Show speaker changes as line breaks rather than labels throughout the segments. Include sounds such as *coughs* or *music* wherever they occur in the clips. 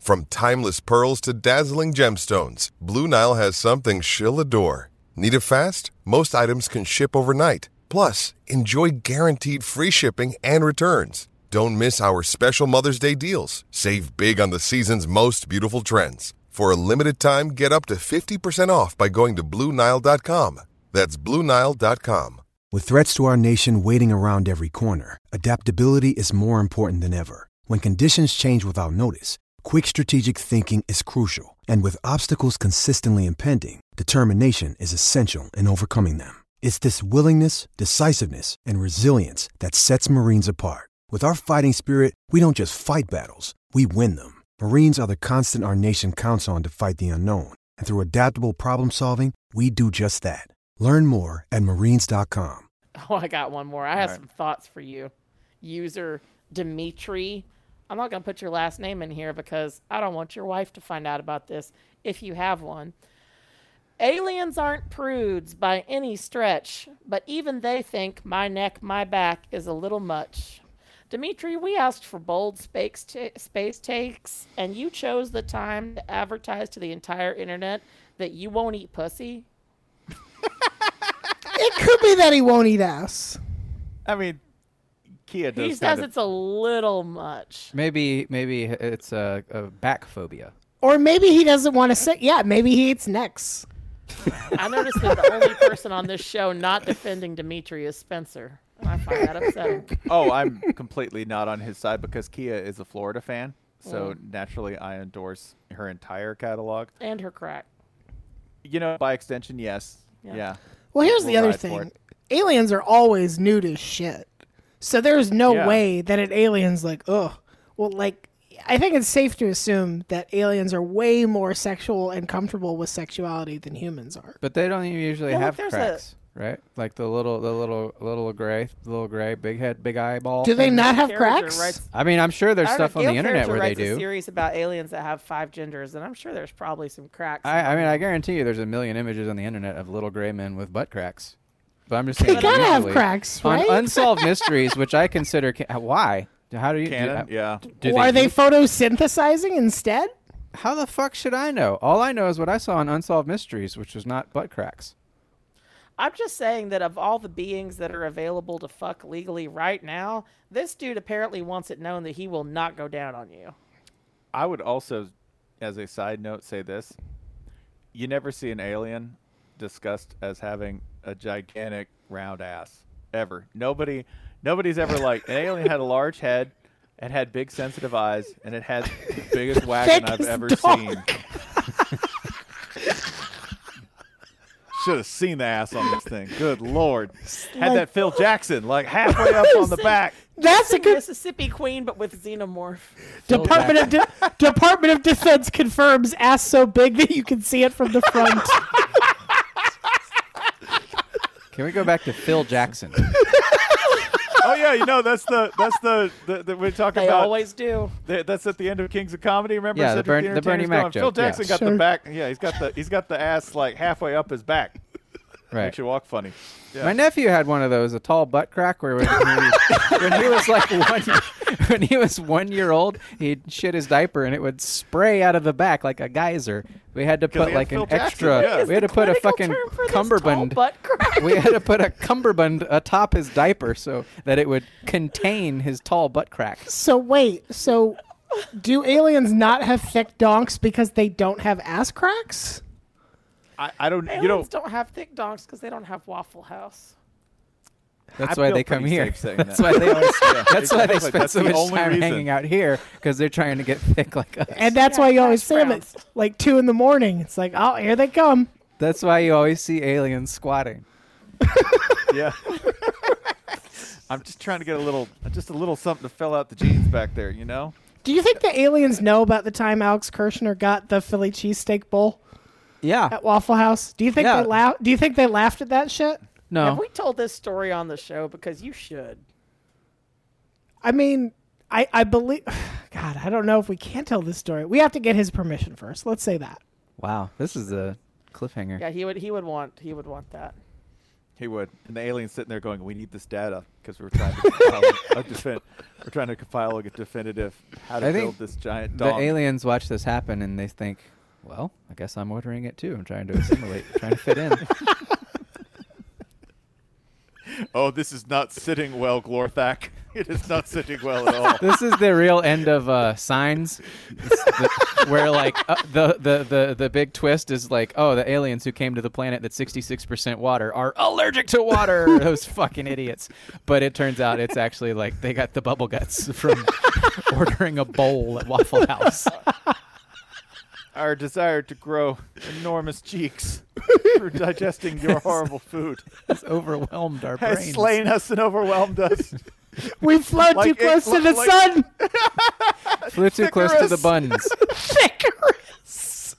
From timeless pearls to dazzling gemstones, Blue Nile has something she'll adore. Need it fast? Most items can ship overnight. Plus, enjoy guaranteed free shipping and returns. Don't miss our special Mother's Day deals. Save big on the season's most beautiful trends. For a limited time, get up to 50% off by going to BlueNile.com. That's BlueNile.com.
With threats to our nation waiting around every corner, adaptability is more important than ever. When conditions change without notice, quick strategic thinking is crucial, and with obstacles consistently impending, determination is essential in overcoming them. It's this willingness, decisiveness, and resilience that sets Marines apart. With our fighting spirit, we don't just fight battles, we win them. Marines are the constant our nation counts on to fight the unknown, and through adaptable problem solving, we do just that. Learn more at marines.com.
*laughs* Oh, I got one more. I have some thoughts for you. User Dimitri. I'm not going to put your last name in here because I don't want your wife to find out about this if you have one. Aliens aren't prudes by any stretch, but e- even they think my neck, my back is a little much. Dimitri, we asked for bold space, ta- space takes, and you chose the time to advertise to the entire internet that you won't eat pussy.
It could be that he won't eat ass.
I mean, Kia does.
He
kind
says
of-
it's a little much.
Maybe maybe it's a, a back phobia.
Or maybe he doesn't want to say. Yeah, maybe he eats necks.
I noticed that the only person on this show not defending Dimitri is Spencer. And I find that upsetting.
oh, I'm completely not on his side because Kia is a Florida fan, so naturally I endorse her entire catalog.
And her crack.
You know, by extension, yes,
Yeah.
yeah.
Well, here's the
We'll
other
ride for
thing:
it.
aliens are always nude as shit. So there's no
Yeah.
way that an alien's like, oh, well, like I think it's safe to assume that aliens are way more sexual and comfortable with sexuality than humans are.
But they don't even usually
Well,
have
there's a-
cracks, right? Like the little the little little gray little gray big head big eyeball.
Do they
thing.
not have
Carringer
cracks?
writes-
I mean, I'm sure there's
I don't know,
stuff on
Gail
the internet
Carringer
where they
writes a
do.
series about aliens that have five genders, and I'm sure there's probably some cracks.
I, I mean, I guarantee you, there's a million images on the internet of little gray men with butt cracks. But I'm just saying,
They gotta have
usually-
cracks,
on
right? *laughs*
unsolved mysteries, which I consider ca- why. How do you?
Canon,
do,
yeah.
do
or are they
use-
photosynthesizing instead?
How the fuck should I know? All I know is what I saw on Unsolved Mysteries, which was not butt cracks.
I'm just saying that of all the beings that are available to fuck legally right now, this dude apparently wants it known that he will not go down on you.
I would also, as a side note, say this: you never see an alien discussed as having a gigantic round ass ever. Nobody, nobody's ever like an alien had a large head. It had big sensitive eyes, and it had the biggest wagon I've
thickest
ever
dog.
seen. Should have seen the ass on this thing. Good lord! Had that Phil Jackson like halfway up on the back.
That's a
*laughs*
good
Mississippi Queen, but with xenomorph.
Department of De- Department of Defense confirms ass so big that you can see it from the front.
Can we go back to Phil Jackson?
*laughs*
Oh yeah, you know that's the that's the, the, the we're talking
They
about.
always do.
Th- that's at the end of Kings of Comedy. Remember?
Yeah, the
Cedric
Bern- the
Entertainer's
Bernie Mac
going, Phil
joke, yeah.
Jackson got the
Sure.
back. Yeah, he's got the he's got the ass like halfway up his back.
*laughs* Right.
Makes you walk funny. Yeah.
My nephew had one *laughs* of those, a tall butt crack, where when he, when he was like one, when he was one year old, he'd shit his diaper and it would spray out of the back like a geyser. We had to
'Cause
put
he had
like an
Phil Jackson,
extra.
yeah.
We had to put a
Clinical
fucking
term for this
cummerbund.
tall butt
We had to put a cummerbund atop his diaper so that it would contain his tall butt crack.
So wait, so do aliens not have thick donks because they don't have ass cracks?
I, I don't.
Aliens
you
don't,
don't.
have thick donks because they don't have Waffle House.
That's
I
why
feel
they come
pretty
here.
safe saying
That's
that.
why they. Always,
Yeah,
that's why they
exactly.
spend
That's
so
the
much
only
time
reason.
hanging out here because they're trying to get thick like us.
And that's why you always see them at like two in the morning. It's like, oh, here they come.
That's why you always see aliens squatting.
*laughs* Yeah.
*laughs*
I'm just trying to get a little, just a little something to fill out the jeans back there. You know.
Do you think the aliens know about the time Alex Kirshner got the Philly cheesesteak bowl
Yeah.
at Waffle House? Do you think
Yeah.
they laugh? Do you think they laughed at that shit?
Have we told this story on the show? Because you should.
I mean, I I believe. *sighs* God, I don't know if we can tell this story. We have to get his permission first. Let's say that.
Wow, this is a cliffhanger.
Yeah, he would. He would want. He would want that.
He would. And the alien's sitting there going, "We need this data because we're trying to compile
*laughs*
a defin- we're trying to compile a definitive how to
I
build
think
this giant
the
dog."
aliens watch this happen and they think, "Well, I guess I'm ordering it too. I'm trying to assimilate, trying to fit in."
*laughs*
oh, this is not sitting well, Glorthak. *laughs* It is not sitting well at all.
this is the real end of uh, Signs, It's the- where like uh, the, the the the big twist is like, oh, the aliens who came to the planet that's 66% water are allergic to
*laughs*
water. Those fucking idiots. But it turns out it's actually like they got the bubble guts
*laughs*
from ordering a bowl at Waffle House.
Our desire to grow
*laughs*
enormous cheeks through digesting your horrible food
has overwhelmed our
has
brains.
slain us and
*laughs*
overwhelmed us.
We float
Like
too
it-
close to
like-
the
like-
sun. *laughs*
Flew too close to the buns.
Icarus.
Icarus.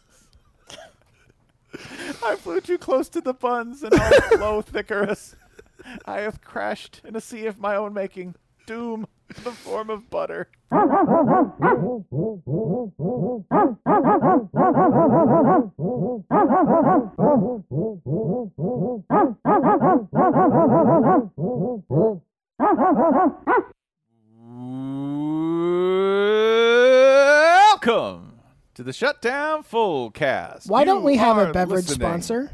I flew too close to the buns and all low thickerus. I have crashed in a sea of my own making. Doom in the form of butter. Welcome to the Shutdown Full Cast.
Why don't
You
we have
are
a beverage
listening.
sponsor?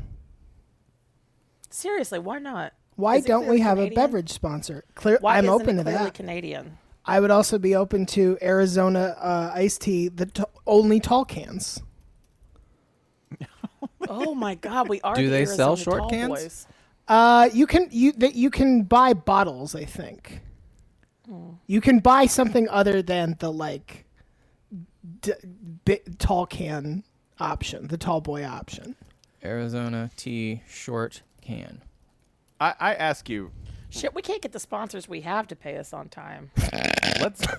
Seriously, why not?
Why
Is it
don't we
clearly
have
Canadian?
a beverage sponsor? Clear,
Why
I'm
isn't
open to
it clearly
that.
Canadian.
I would also be open to Arizona uh, iced tea, the t- only tall cans.
*laughs* Oh my God, we
*laughs*
are.
Do
the
they sell
Arizona
short
tall
cans?
boys.
Uh, you can you that you can buy bottles. I think you can buy something other than the like d- bi- tall can option, the tall boy option.
*laughs* Arizona tea short can.
I, I ask you,
Shit, we can't get the sponsors we have to pay us on time.
let's. *laughs*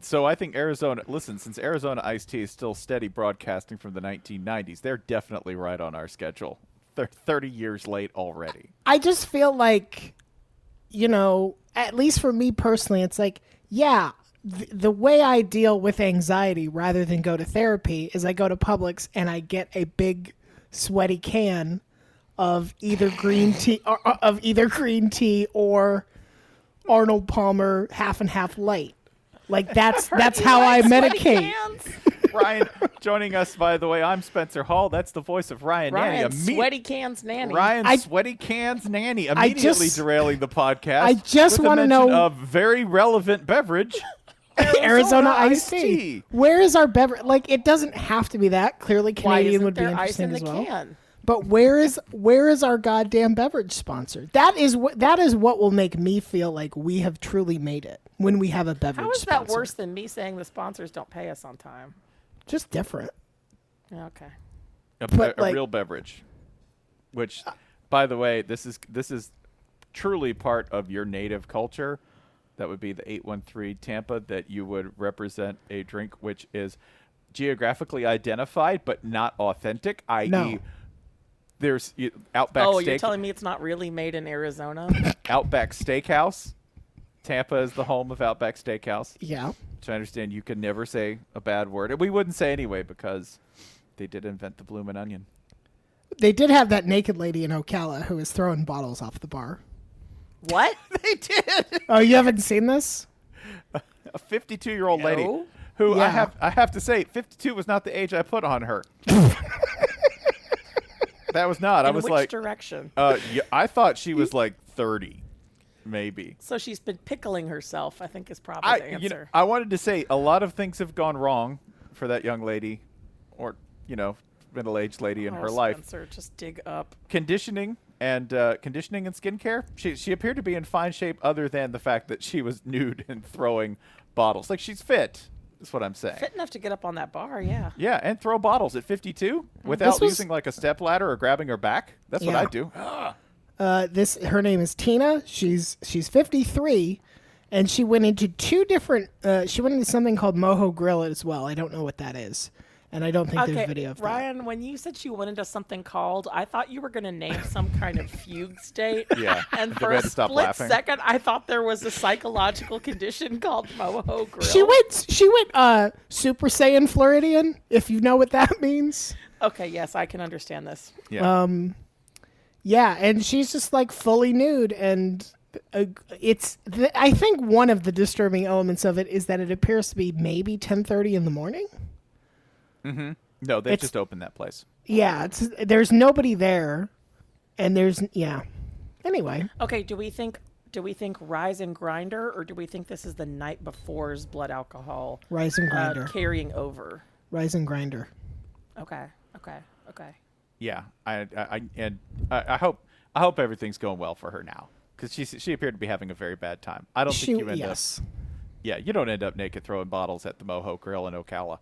So I think Arizona. Listen, since Arizona Ice Tea is still steady broadcasting from the 1990s, they're definitely right on our schedule. They're 30 years late
*laughs*
already.
I just feel like, you know, at least for me personally, it's like, yeah, th- the way I deal with anxiety rather than go to therapy is I go to Publix and I get a big sweaty can of either green
*laughs*
tea or, or- of either green tea or Arnold Palmer half and half light. Like
*laughs*
that's that's how I medicate.
Ryan, joining us by the way, I'm Spencer Hall. That's the voice of Ryan. Nanny,
Ryan,
imme-
sweaty cans, nanny.
Ryan Sweaty Cans Nanny
I
immediately
just-
derailing the
*laughs*
podcast.
I just
with the
wanna
mention
know-
of very relevant beverage.
*laughs* Arizona
iced
iced tea. Where is our beverage? Like, it doesn't have to be that. Clearly,
Why
Canadian
isn't
would be
there ice
interesting
in the
as well.
can?
But where is where is our goddamn beverage sponsor? That is what that is what will make me feel like we have truly made it when we have a beverage.
How is
sponsor.
that worse than me saying the sponsors don't pay us on time?
Just different.
Okay.
a,
But,
a- a
like-
real beverage. Which, by the way, this is this is truly part of your native culture. That would be the eight one three Tampa that you would represent a drink which is geographically identified but not authentic, i.e.
No.
There's you- Outback
oh, you're
Steak
telling me it's not really made in
*laughs*
Arizona?
Outback Steakhouse. Tampa is the home of Outback Steakhouse.
Yeah.
Which I understand you can never say a bad word. And we wouldn't say anyway because they did invent the bloomin' onion.
They did have that naked lady in Ocala who was throwing bottles off the bar. *laughs*
what?
they did.
Oh, you haven't seen this?
a 52 year old lady
No.
who I
Yeah.
have I have to say 52 was not the age I put
*laughs*
on her. that was not. I
In
was
which
like
direction?
Uh, yeah, I thought she was like 30, maybe.
So she's been pickling herself, I think is probably the
I
answer.
you know, I wanted to say a lot of things have gone wrong for that young lady, or you know middle aged lady in
Oh,
her life.
Spencer, just dig up.
conditioning and uh, conditioning and skincare. She she appeared to be in fine shape, other than the fact that she was nude and throwing bottles. Like she's fit. That's what I'm saying.
Fit enough to get up on that bar, yeah.
Yeah, and throw bottles at 52 without
Mm, This was-
using like a step ladder or grabbing her back. That's what
Yeah.
I do. *gasps* Ah.
Uh, this her name is Tina. She's she's 53, and she went into two different. Uh, she went into something called Moho Grill as well. I don't know what that is, and I don't think
okay,
there's video of that.
Ryan, when you said she went into something called, I thought you were going to name some kind of fugue state.
*laughs* Yeah,
And
I'm
for
glad
a
to stop
split
laughing.
second, I thought there was a psychological condition called moho grill.
She went. She went. Uh, Super Saiyan Floridian. If you know what that *laughs* means.
Okay, yes, I can understand this.
Um, yeah, and she's just like fully nude, and uh, it's. Th- I think one of the disturbing elements of it is that it appears to be maybe ten thirty in the morning.
Mm-hmm. No, they
It's-
just opened that place.
Yeah, it's there's nobody there, and there's yeah. Anyway,
Okay, do we think do we think rise and grinder or do we think this is the night before's blood alcohol
Rise and Grinder.
uh, carrying over?
rise and grinder.
Okay, okay, okay.
Yeah, I, I, I and I, I hope I hope everything's going well for her now because she she appeared to be having a very bad time. I don't
She-
think you end
yes.
up. Yeah, you don't end up naked throwing bottles at the Moho Grill in Ocala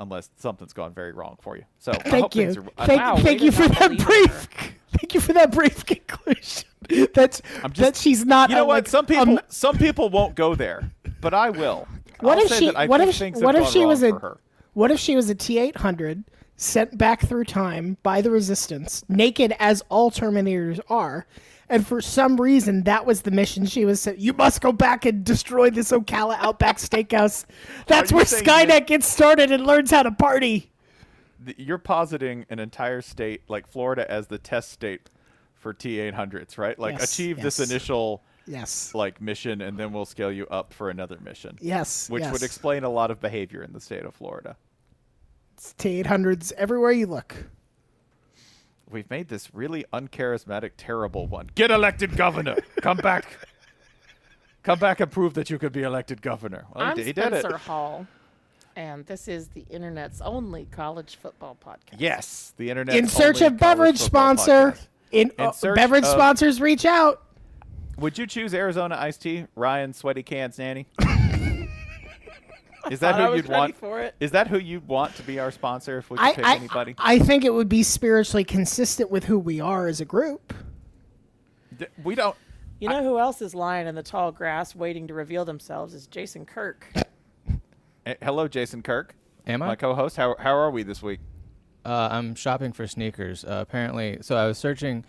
unless something's gone very wrong for you. So I hope
Thank you.
things Are, I-
thank thank you for that brief. *laughs* Thank you for that brief conclusion. *laughs* That's that she's not.
You know
a,
what?
like,
some people
um,
some people won't go there, but I will.
What
I'll
if
say
she?
That I
What
think
if? she-
things
What
have
if
gone
she was
wrong
a?
for her.
What if she was a T eight hundred sent back through time by the Resistance, naked as all Terminators are, and for some reason that was the mission she was sent. You must go back and destroy this Ocala Outback
*laughs*
Steakhouse. That's
you
where
saying
Skynet gets started and learns how to party.
th- you're positing an entire state like Florida as the test state for T800s, right? Like
Yes,
achieve this
yes.
initial
Yes.
like mission and then we'll scale you up for another mission.
Yes,
Which
yes.
would explain a lot of behavior in the state of Florida.
It's T eight hundreds everywhere you look.
We've made this really uncharismatic terrible one. Get elected governor. Come back. Come back and prove that you could be elected governor. Well, he
I'm
d- Oh, he did it.
Spencer Hall, and this is the internet's only college football podcast.
Yes, the internet
In search of beverage sponsor. In,
In
uh,
search
beverage
of-
sponsors, reach out.
Would you choose Arizona iced tea, Ryan Sweaty
*laughs*
Cans Nanny? Is that
thought I
who
was
you'd
ready
want?
for it.
Is that who you'd want to be our sponsor if we could
I,
pick
I,
anybody?
I think it would be spiritually consistent with who we are as a group.
D- we don't.
You know who else is lying in the tall grass waiting to reveal themselves is Jason Kirk.
Eh, Hello, Jason Kirk.
Am I?
My co-host. How how are we this week?
Uh, I'm shopping for sneakers. Uh, apparently, so I was searching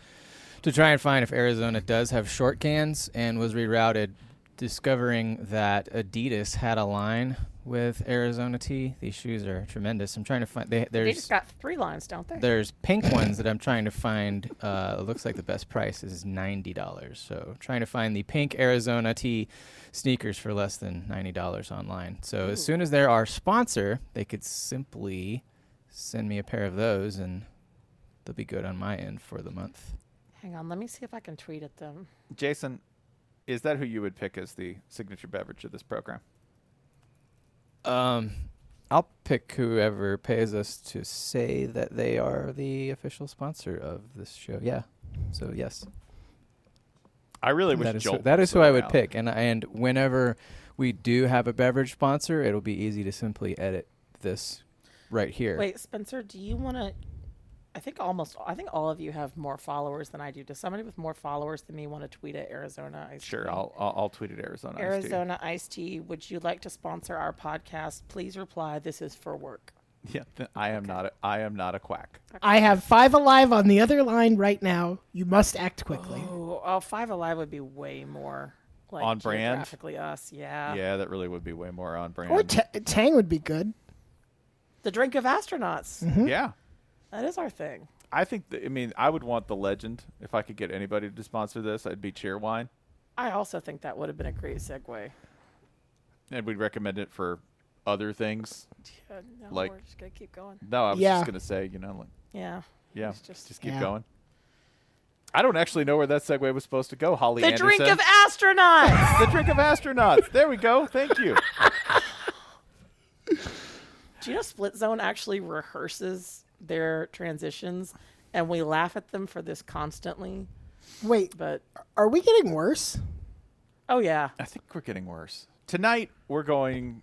to try and find if Arizona does have short cans, and was rerouted, discovering that Adidas had a line with Arizona tea. These shoes are tremendous. I'm trying to find. They,
They
there's
just got three lines, don't they?
there's pink ones that I'm trying to find. Uh, it looks like the best price is ninety dollars. So trying to find the pink Arizona T sneakers for less than ninety dollars online. So as soon as they're our sponsor, they could simply send me a pair of those, and they'll be good on my end for the month.
Hang on, let me see if I can tweet at them.
Jason, is that who you would pick as the signature beverage of this program?
Um, I'll pick whoever pays us to say that they are the official sponsor of this show. Yeah. So yes.
I really wish
That is, who,
Jolt
that
was
is who I would
around.
pick, and and whenever we do have a beverage sponsor, it'll be easy to simply edit this right here.
Wait, Spencer, do you want to? I think almost. I think all of you have more followers than I do. Does somebody with more followers than me want to tweet at Arizona? Ice
Sure,
Tea?
I'll I'll, I'll tweet at Arizona. iced tea.
Arizona Ice Tea. Would you like to sponsor our podcast? Please reply. This is for work.
*laughs* Yeah, th- I am not. A, I am not a quack.
I have five alive on the other line right now. You must act quickly.
Oh, oh, Five Alive would be way more like
On brand?
geographically us. Yeah.
yeah, that really would be way more on brand.
Or t- Tang would be good.
The drink of astronauts.
*laughs* Yeah.
That is our thing.
I think that, I mean I would want the legend if I could get anybody to sponsor this. I'd be Cheerwine.
I also think that would have been a great segue.
and we'd recommend it for other things.
Yeah, no,
like,
we're just gonna keep going.
No, I was
Yeah.
just gonna say, you know, like
Yeah.
yeah,
It's just-
just, keep
Yeah.
going. I don't actually know where that segue was supposed to go, Holly.
The
Anderson.
drink of astronauts. *laughs*
the drink of astronauts. There we go. Thank you.
Do you know Split Zone actually rehearses their transitions, and we laugh at them for this constantly?
Wait,
but
are we getting worse?
Oh yeah.
I think we're getting worse. Tonight we're going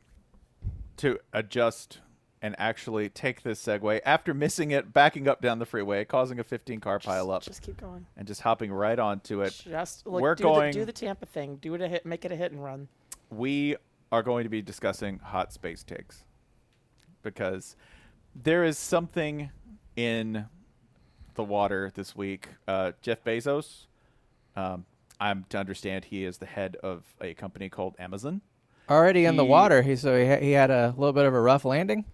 to adjust and actually take this segue after missing it, backing up down the freeway, causing a 15 car pileup.
just keep going.
And just hopping right onto it.
Just like,
we're
do
going
the, do the Tampa thing. Do it a hit. Make it a hit and run.
we are going to be discussing hot space takes because there is something in the water this week. Uh, Jeff Bezos, um, I'm to understand he is the head of a company called Amazon.
Already in the
He-
water, he so he, ha- he had a little bit of a rough landing.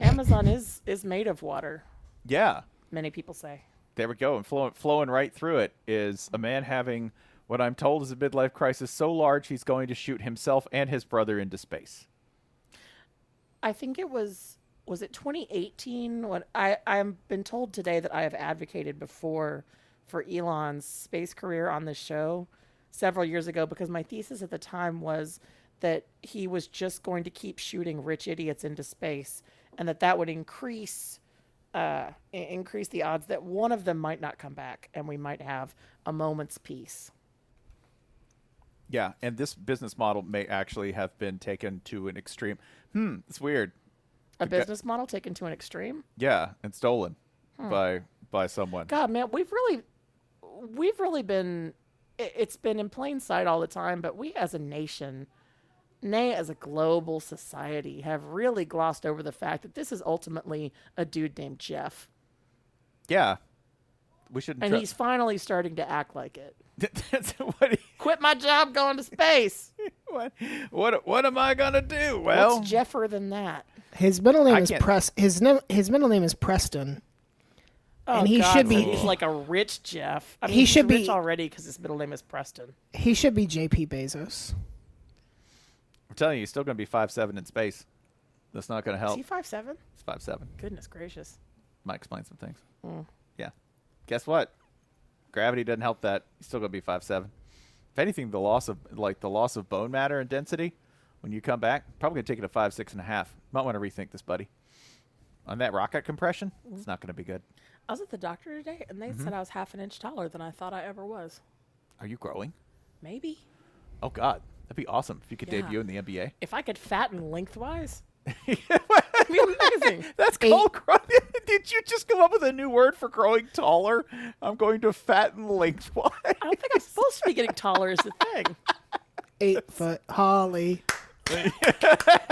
Amazon is is made of water.
Yeah,
Many people say.
there we go. And flow, flowing right through it is a man having what I'm told is a midlife crisis so large he's going to shoot himself and his brother into space.
I think it was was it 2018 when I I've been told today that I have advocated before for Elon's space career on this show several years ago because my thesis at the time was that he was just going to keep shooting rich idiots into space and that that would increase uh, i- increase the odds that one of them might not come back and we might have a moment's peace.
Yeah, and this business model may actually have been taken to an extreme. Hmm, it's weird.
A
The guy-
business model taken to an extreme.
Yeah, and stolen
Hmm.
by by someone.
God, man, we've really, we've really been. i- It's been in plain sight all the time, but we as a nation, nay, as a global society, have really glossed over the fact that this is ultimately a dude named Jeff,
Yeah, we shouldn't.
and
tru-
he's finally starting to act like it.
*laughs* That's what. He,
Quit my job, going to space.
what? What? What am I gonna do? Well,
What's Jeffer than that?
His middle name
I
is
can't-
Press. His name. His middle name is Preston.
Oh,
and he
God,
should
so
be.
he's like a rich Jeff. I mean,
He
he's
should be-
rich already because his middle name is Preston.
He should be J.P. Bezos.
I'm telling you, he's still gonna be five seven in space. That's not gonna
Is
help.
he five seven?
He's five seven.
Goodness gracious.
Might explain some things.
Mm.
Yeah. Guess what? Gravity doesn't help that. He's still gonna be five seven. If anything, the loss of like the loss of bone matter and density when you come back, probably gonna take it to five, six and a half. Might want to rethink this, buddy. On that rocket compression,
Mm.
it's not gonna be good.
I was at the doctor today, and they
Mhm.
said I was half an inch taller than I thought I ever was.
Are you growing?
Maybe.
Oh God, that'd be awesome if you could
Yeah.
debut in the
*laughs*
NBA.
If I could fatten lengthwise, it'd be amazing.
That's called growing. *laughs* Did you just come up with a new word for growing taller? I'm going to fatten *laughs* lengthwise. I
don't think I'm supposed to be getting taller. Is the thing.
*laughs*
Eight foot Holly.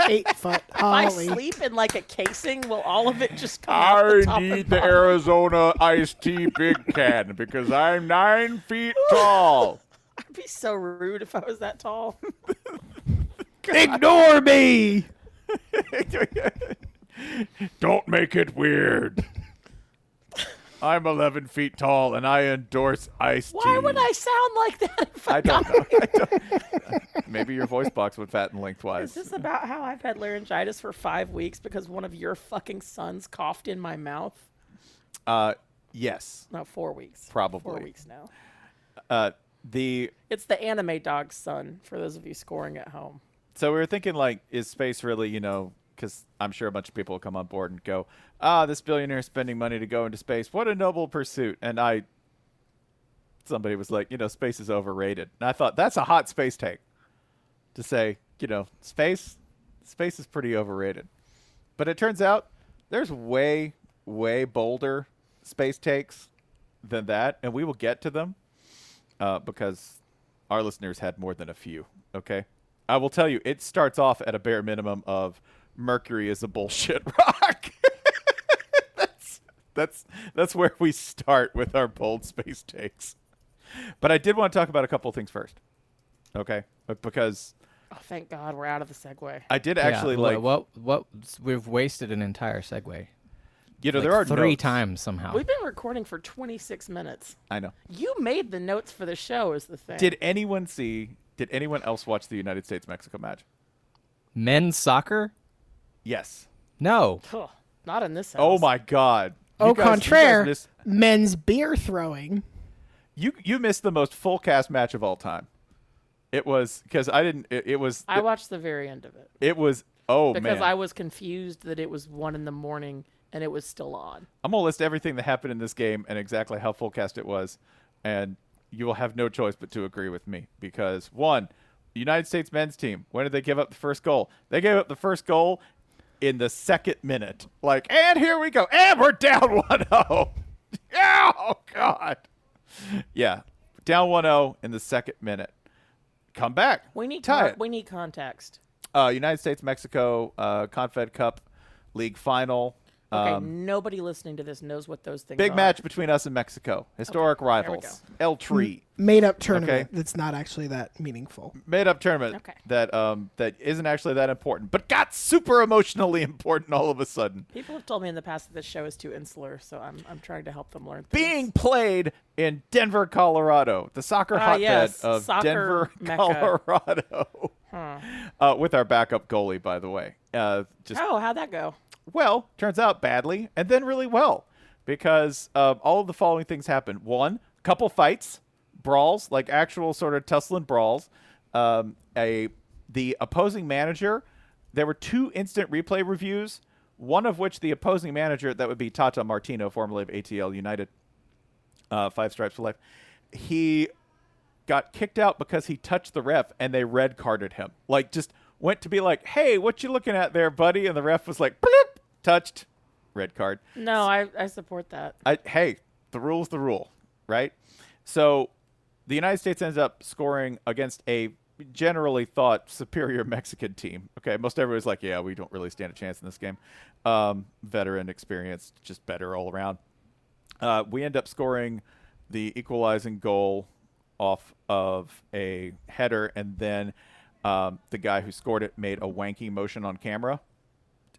Eight foot
If I
Holly.
sleep in like a casing, will all of it just come out the
I
top
need
and
the
bottom?
Arizona iced tea big
*laughs*
can because I'm nine
*laughs*
feet
Oh,
tall.
I'd be so rude if I was that tall.
Ignore me. *laughs* Don't make it
*laughs*
weird. I'm 11 feet tall and I endorse iced
Why
tea.
would I sound like that? if
*laughs* I don't
got-
know. I don't- Maybe your voice box would fatten
Is
lengthwise.
this about how I've had laryngitis for five weeks because one of your fucking sons coughed in my mouth?
Uh, yes,
No, four weeks. Four
Probably.
weeks now.
uh, the
It's the anime dog's son, for those of you scoring at home.
so we were thinking like, is space really you know? Because I'm sure a bunch of people will come on board and go, ah, this billionaire is spending money to go into space. What a noble pursuit! And I, somebody was like, you know, space is overrated. And I thought that's a hot space take to say, you know, space, space is pretty overrated. But it turns out there's way, way bolder space takes than that, and we will get to them uh, because our listeners had more than a few. Okay, I will tell you, it starts off at a bare minimum of Mercury is a bullshit *laughs* rock. that's that's that's where we start with our bold space takes. But I did want to talk about a couple of things first. Okay, But because
Oh, thank God we're out of the segue.
I did
Yeah,
actually
wha-
like
what what we've wasted an entire segue.
You know,
Like
there are
three
notes.
times somehow.
We've been recording for 26 minutes.
I know.
You made the notes for the show, is the thing.
Did anyone see? Did anyone else watch the United States Mexico match?
Men's soccer?
Yes.
No.
Ugh, not in this house.
Oh my God.
Au
You guys- you guys
contraire,
missed-
men's beer throwing.
You you missed the most full cast match of all time. It was because I didn't. It, it was.
I
it,
watched the very end of it
It was. Oh
because
man.
I was confused that it was one in the morning and it was still on.
I'm gonna list everything that happened in this game and exactly how full cast it was, and you will have no choice but to agree with me because one, United States men's team. When did they give up the first goal? They gave up the first goal in the second minute. Like, and here we go, and we're down *laughs* 1-0. oh God. Yeah, down 1-0 in the second minute. Come back.
We need
tie
con-
it
we need context.
uh, United States Mexico uh, Confed Cup League final.
Okay,
Um,
nobody listening to this knows what those things are.
big match between us and Mexico. Historic rivals. El Tree.
Made up tournament
Okay.
that's not actually that meaningful.
Made up tournament that um that isn't actually that important, but got super emotionally *laughs* important all of a sudden.
People have told me in the past that this show is too insular, so I'm I'm trying to help them learn.
Being played in Denver, Colorado, the soccer
Ah,
hotbed
yes,
of
soccer
Denver,
mecca.
*laughs* Colorado.
Huh.
Uh, with our backup goalie, by the way. Uh, just
oh, how'd that go?
Well, turns out badly, and then really well, because um, all of the following things happened. One, couple fights, brawls, like actual sort of tussling brawls. Um, a the opposing manager. There were two instant replay reviews, one of which the opposing manager, that would be Tata Martino, formerly of ATL United, uh, Five Stripes for Life, he got kicked out because he touched the ref and they red carded him. Like just went to be like, "Hey, what you looking at there, buddy?" And the ref was like, "Bloop, touched, red card."
No, I I support that.
I, hey, the rule's the rule, right? So the United States ends up scoring against a generally thought *laughs* superior Mexican team. Okay, most everybody's like, yeah, we don't really stand a chance in this game. Um, veteran experience, just better all around. Uh, we end up scoring the equalizing goal off of a header, and then um, the guy who scored it made a wanky motion on camera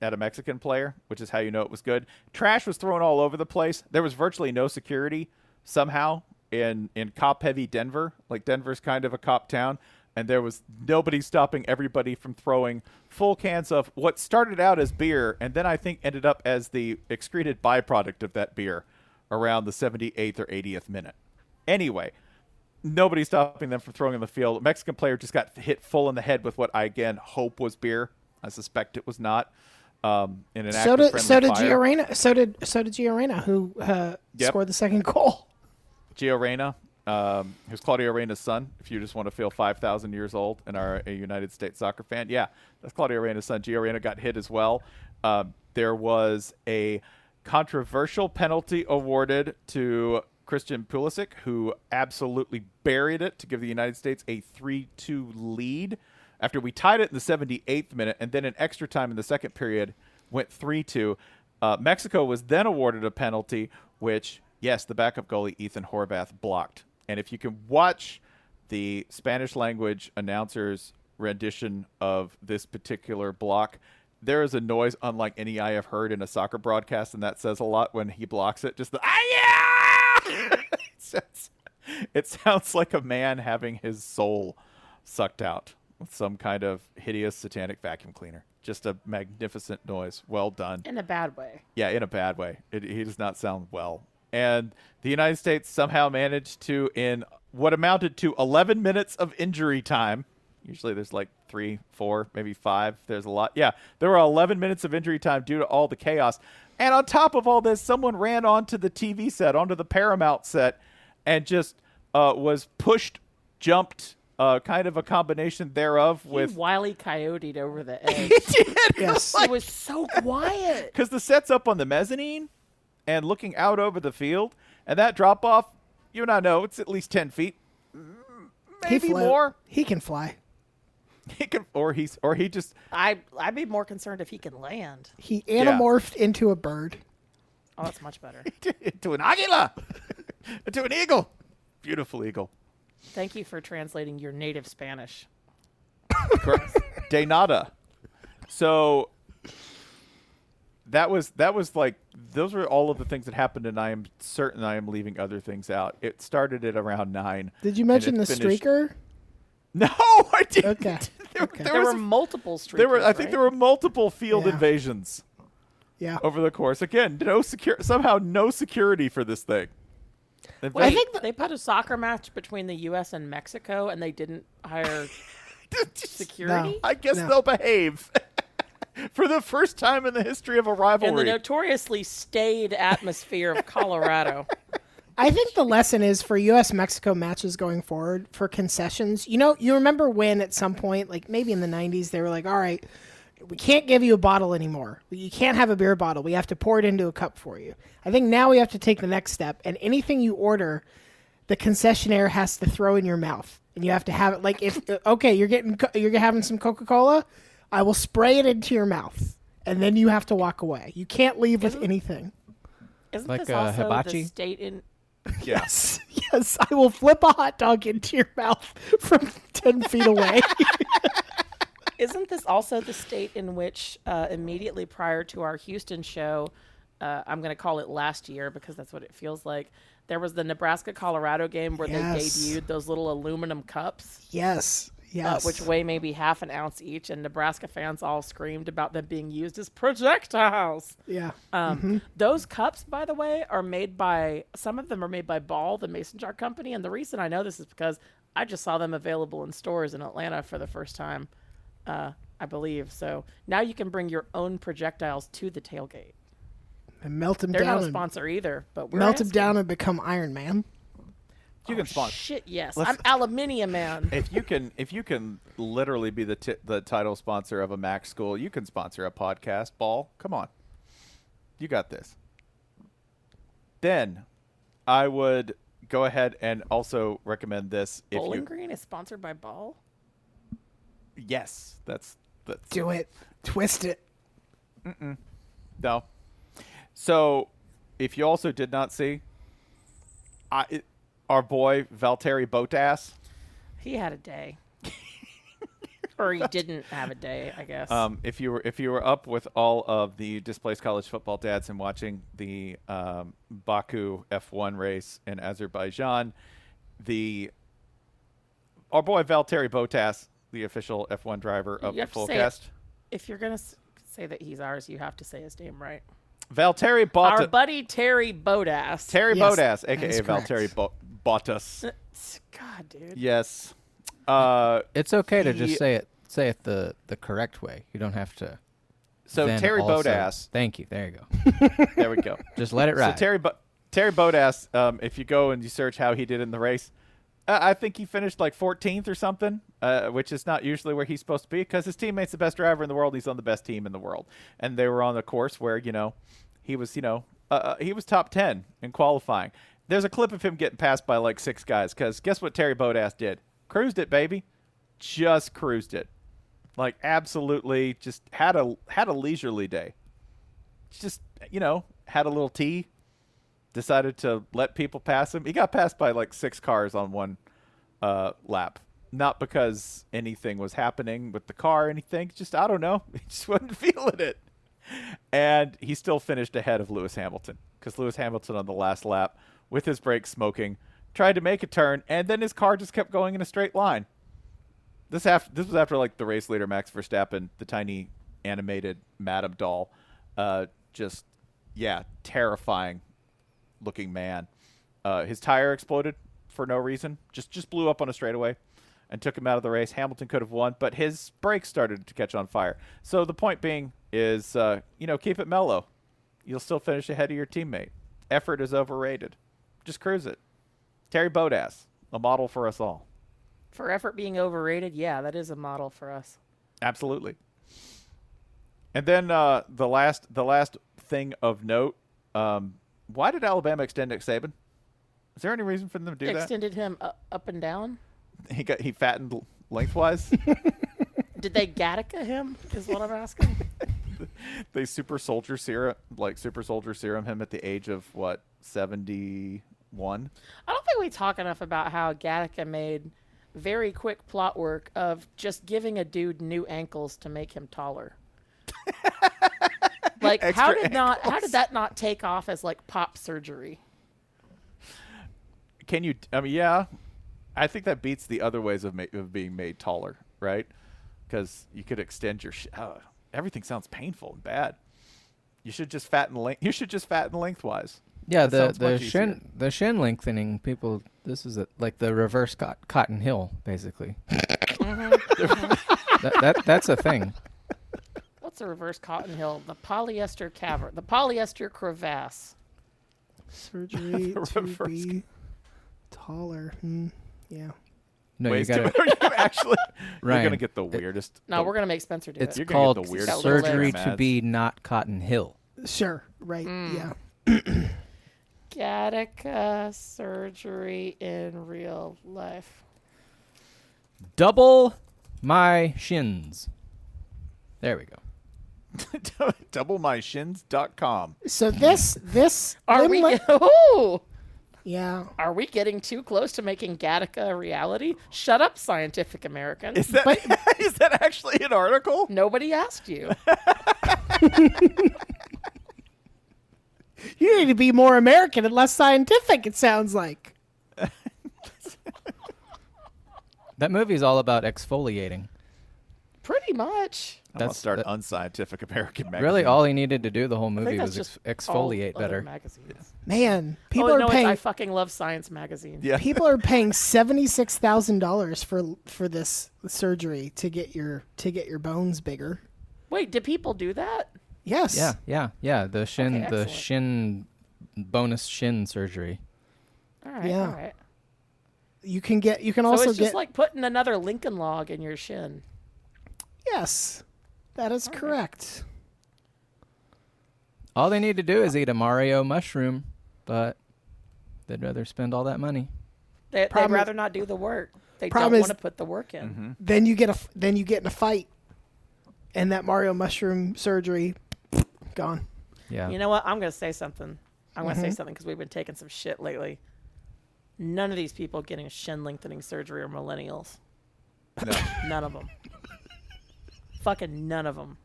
at a Mexican player, which is how you know it was good. Trash was thrown all over the place. There was virtually no security somehow in in cop heavy Denver. Like Denver's kind of a cop town, and there was nobody stopping everybody from throwing full cans of what started out as beer and then I think ended up as the excreted byproduct of that beer around the 78th or 80th minute. Anyway, nobody stopping them from throwing in the field. A Mexican player just got hit full in the head with what I again hope was beer. I suspect it was not. Um, in an
So did
actor-friendly
so did
fire.
Giorena so did so did Giorena who uh,
Yep.
scored the second goal. *laughs*
Gio Reyna, um, who's Claudio Reyna's son. If you just want to feel 5,000 years old and are a United States soccer fan, yeah, that's Claudio Reyna's son. Gio Reyna got hit as well. Um, there was a controversial penalty awarded to Christian Pulisic, who absolutely buried it to give the United States a 3 2 lead after we tied it in the 78th minute and then in extra time in the second period went 3 2. Uh, Mexico was then awarded a penalty, which, yes, the backup goalie Ethan Horvath blocked. And if you can watch the Spanish language announcer's rendition of this particular block, there is a noise unlike any I have heard in a soccer broadcast, and that says a lot when he blocks it. Just the, ah, yeah! *laughs* it, sounds, it sounds like a man having his soul sucked out with some kind of hideous satanic vacuum cleaner. Just a magnificent noise. Well done.
In a bad way.
Yeah, in a bad way. It, he does not sound well. And the United States somehow managed to, in what amounted to 11 minutes of injury time, usually there's like three, four, maybe five. There's a lot. Yeah, there were 11 minutes of injury time due to all the chaos. And on top of all this, someone ran onto the TV set, onto the Paramount set, and just uh, was pushed, jumped, uh, kind of a combination thereof with
he wily coyoted over
*laughs*
the edge. *laughs* he
did. Yes.
it was so
*laughs*
quiet.
because the set's up on the mezzanine and looking out over the field, and that drop off, you and I know it's at least ten feet,
he
maybe
flew.
more. *laughs*
He can fly.
He can, or he's, or he just *laughs*
I I'd be more concerned if he could land.
He
Yeah.
anamorphed into a bird.
Oh, that's much better.
to an aguila, *laughs* to an eagle, beautiful eagle.
Thank you for translating your native Spanish.
*laughs*
Correct. De nada. So that was that was like those were all of the things that happened, and I am certain I am leaving other things out. It started at around nine.
Did you
and it
mention the
finished-
streaker?
*laughs* No, I didn't.
Okay.
*laughs* there,
There, were multiple streakers.
There were, I think,
right?
there were multiple field
Yeah.
invasions.
Yeah.
Over the course, again, no secure. Somehow, no security for this thing.
Wait, they put a soccer match between the U.S. and Mexico, and they didn't
*laughs*
hire security.
I guess they'll behave *laughs* for the first time in the history of a
In the
rivalry.
notoriously staid atmosphere of
*laughs*
Colorado.
I think the lesson is for U.S. Mexico matches going forward for concessions. You know, you remember when at some point, like maybe in the 90s, they were like, all right, we can't give you a bottle anymore. You can't have a beer bottle. We have to pour it into a cup for you. I think now we have to take the next step, and anything you order, the concessionaire has to throw in your mouth, and you have to have it. Like if *laughs* okay, you're getting co- you're having some Coca Cola, I will spray it into your mouth, and then you have to walk away. You can't leave with anything.
Isn't
Like
this
a
also
hibachi?
the state in?
*laughs*
Yes, *laughs* yes, I will flip a hot dog into your mouth from ten feet away.
Isn't this also the state in which uh, immediately prior to our Houston show, uh, I'm going to call it last year because that's what it feels like. There was the Nebraska Colorado game where
Yes.
they debuted those little aluminum cups.
*laughs* yes, yes.
Uh, which weigh maybe half an ounce each, and Nebraska fans all screamed about them being used as projectiles.
Yeah.
Um, Those cups, by the way, are made by some of them are made by Ball, the mason jar company. And the reason I know this is because I just saw them available in stores in Atlanta for the first time, uh, I believe. So now you can bring your own projectiles to the tailgate.
And melt them
They're
down.
not a
and-
sponsor either, but we're
melt them
asking.
down and become Iron Man.
you can sponsor.
Shit, yes,
Let's-
I'm aluminium man.
Oh, if you can, if you can, literally be the ti the title sponsor of a Mac school, you can sponsor a podcast. Ball, come on, you got this. Then, I would go ahead and also recommend this. If
Bowling
you,
Green is sponsored by Ball.
yes, that's that's
Do it. Twist it.
Mm-mm. No. So, if you also did not see, I it, our boy Valteri Botas.
He had a day, *laughs* or he didn't have a day, I guess.
Um, if you were if you were up with all of the displaced college football dads and watching the um, Baku F1 race in Azerbaijan, the our boy Valteri Botas, the official F1 driver of
You
the
have to
full
say it.
cast,
If you're gonna s- say that he's ours, you have to say his name right.
Valteri
Our
Botas,
buddy Terry Bodas.
Terry Botas, aka Valteri Bo- Bottas.
God, dude.
Yes. Uh,
it's okay to
he-
just say it. Say it the the correct way. You don't have to.
So
then
Terry
also-
Bodas-
Thank you. There you go.
There we go.
Just let it ride.
*laughs* So Terry, Bo- Terry Bodas, um, if you go and you search how he did in the race, uh, I think he finished like 14th or something, uh, which is not usually where he's supposed to be because his teammate's the best driver in the world. He's on the best team in the world, and they were on a course where you know he was, you know, uh, uh, he was top 10 in qualifying. There's a clip of him getting passed by like six guys because guess what Terry Bodas did? Cruised it, baby, just cruised it, like absolutely just had a had a leisurely day just you know had a little tea decided to let people pass him he got passed by like six cars on one uh, lap not because anything was happening with the car or anything just i don't know *laughs* he just wasn't feeling it and he still finished ahead of lewis hamilton because lewis hamilton on the last lap with his brakes smoking tried to make a turn and then his car just kept going in a straight line this after this was after like the race leader Max Verstappen, the tiny animated Madam doll, uh, just yeah, terrifying looking man. Uh, his tire exploded for no reason, just just blew up on a straightaway, and took him out of the race. Hamilton could have won, but his brakes started to catch on fire. So the point being is, uh, you know, keep it mellow. You'll still finish ahead of your teammate. Effort is overrated. Just cruise it. Terry Bodas, a model for us all.
For effort being overrated, yeah, that is a model for us.
Absolutely. And then uh, the last the last thing of note, um, why did Alabama extend Nick Saban? Is there any reason for them to do
Extended him u- up and down.
that? He got he fattened l- lengthwise.
Did they Gattaca him? Is what I'm asking.
they super soldier serum like super soldier serum him at the age of what seventy one.
I don't think we talk enough about how Gattaca made very quick plot work of just giving a dude new ankles to make him taller. like how
Extra
did not how did that not take off as like pop surgery?
Can you? I mean, yeah. I think that beats the other ways of ma- of being made taller, right? Because you could extend your. Sh- oh, everything sounds painful and bad. You should just fatten length. *laughs* You should just fatten lengthwise.
Yeah,
That sounds
the the
much easier.
shin the shin lengthening people. This is a, like the reverse cot, Cotton Hill, basically.
*laughs* Mm-hmm.
that, that that's a thing.
What's a reverse cotton hill? The polyester cavern. The polyester crevasse.
*laughs* Surgery to be taller. Hmm. Yeah.
No,
Ways
you
to-
got
you *laughs* actually,
Ryan,
you're gonna get the weirdest.
No, we're gonna make Spencer do
It's
it. *laughs* You're gonna get
called
the weirdest
surgery
little
to be not Cotton Hill.
Sure. Right. Yeah.
Gattaca surgery in real life.
Double my shins. There we go.
*laughs* DoubleMyShins.com.
So this this
Are we?
limb-
*laughs* Ooh.
Yeah.
Are we getting too close to making Gattaca a reality? Shut up, Scientific American.
Is that *laughs* is that actually an article?
Nobody
*laughs*
asked you.
You need to be more American and less scientific. It sounds like.
That movie's all about exfoliating.
Pretty much.
I'm gonna start unscientific American magazine.
Really, all he needed to do the whole
I think
movie
that's
was
just
ex-
all
exfoliate
other
better.
Magazines.
Man, people
oh,
are
no, it's-
paying.
I fucking love Science magazine.
*laughs*
People are paying seventy six thousand dollars for for this surgery to get your to get your bones bigger.
Wait, do people do that?
Yes.
Yeah, yeah, yeah. The shin,
Okay,
the
excellent.
shin, bonus shin surgery.
All right.
Yeah.
All right.
You can get you can
so
also
it's just
get
like putting another Lincoln log in your shin.
yes. That is correct.
All they need to do is eat a Mario mushroom, but they'd rather spend all that money.
They, would
Problem is-
rather not do the work. They don't
Problem is-
want to put the work in.
Mm-hmm.
Then you get a f- then you get in a fight and that Mario mushroom surgery gone.
Yeah. Mm-hmm.
You know what? I'm going to say something. I'm going to say
Mhm.
something because we've been taking some shit lately. None of these people getting shin lengthening surgery are millennials. *laughs* none of them. Fucking none of them.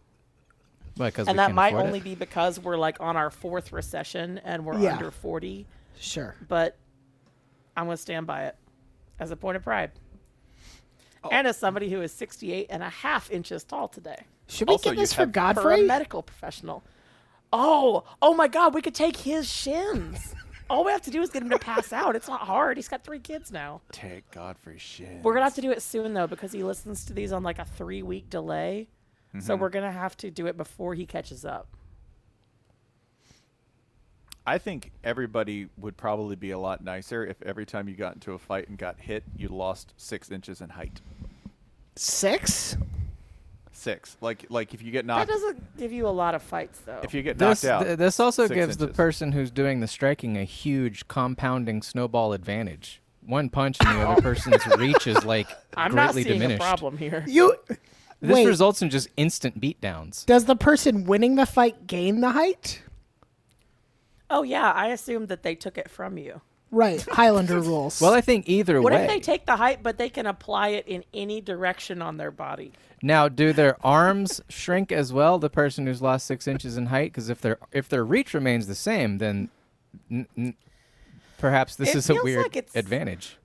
Why, 'cause
and
we
that
can
might
afford it?
only be because we're like on our fourth recession and we're
Yeah.
under 40.
Sure.
But I'm going to stand by it as a point of pride.
Oh.
And as somebody who is 68 and a half inches tall today.
Should we Also, get you this for have- Godfrey?
a medical professional. Oh, oh my God, we could take
*laughs*
his shins. All we have to do is get him to pass out. It's not hard. He's got three kids now.
Take Godfrey's shins.
We're gonna have to do it soon though because he listens to these on like a three week delay. So
Mhm.
Mm-hmm.
we're gonna have to do it before he catches up.
I think everybody would probably be a lot nicer if every time you got into a fight and got hit, you lost six inches in height.
Six?
Six. Like like if you
Uh,
get knocked.
That doesn't give you a lot of fights though.
If you get
This,
knocked out.
th- this also
six
gives the
inches.
person who's doing the striking a huge compounding snowball advantage. One punch and the
*laughs*
other person's reach is like
I'm not
greatly
seeing a
diminished.
problem here.
You
This
Wait.
results in just instant beatdowns.
Does the person winning the fight gain the height?
Oh yeah, I assumed that they took it from you.
Right. Highlander rules.
Well, I think either
What
way.
if they take the height but they can apply it in any direction on their body?
Now, do their arms shrink as well? The person who's lost six inches in height, because if their if their reach remains the same, then n- n- perhaps this
It
is a
feels
weird
like it's- *laughs*
advantage.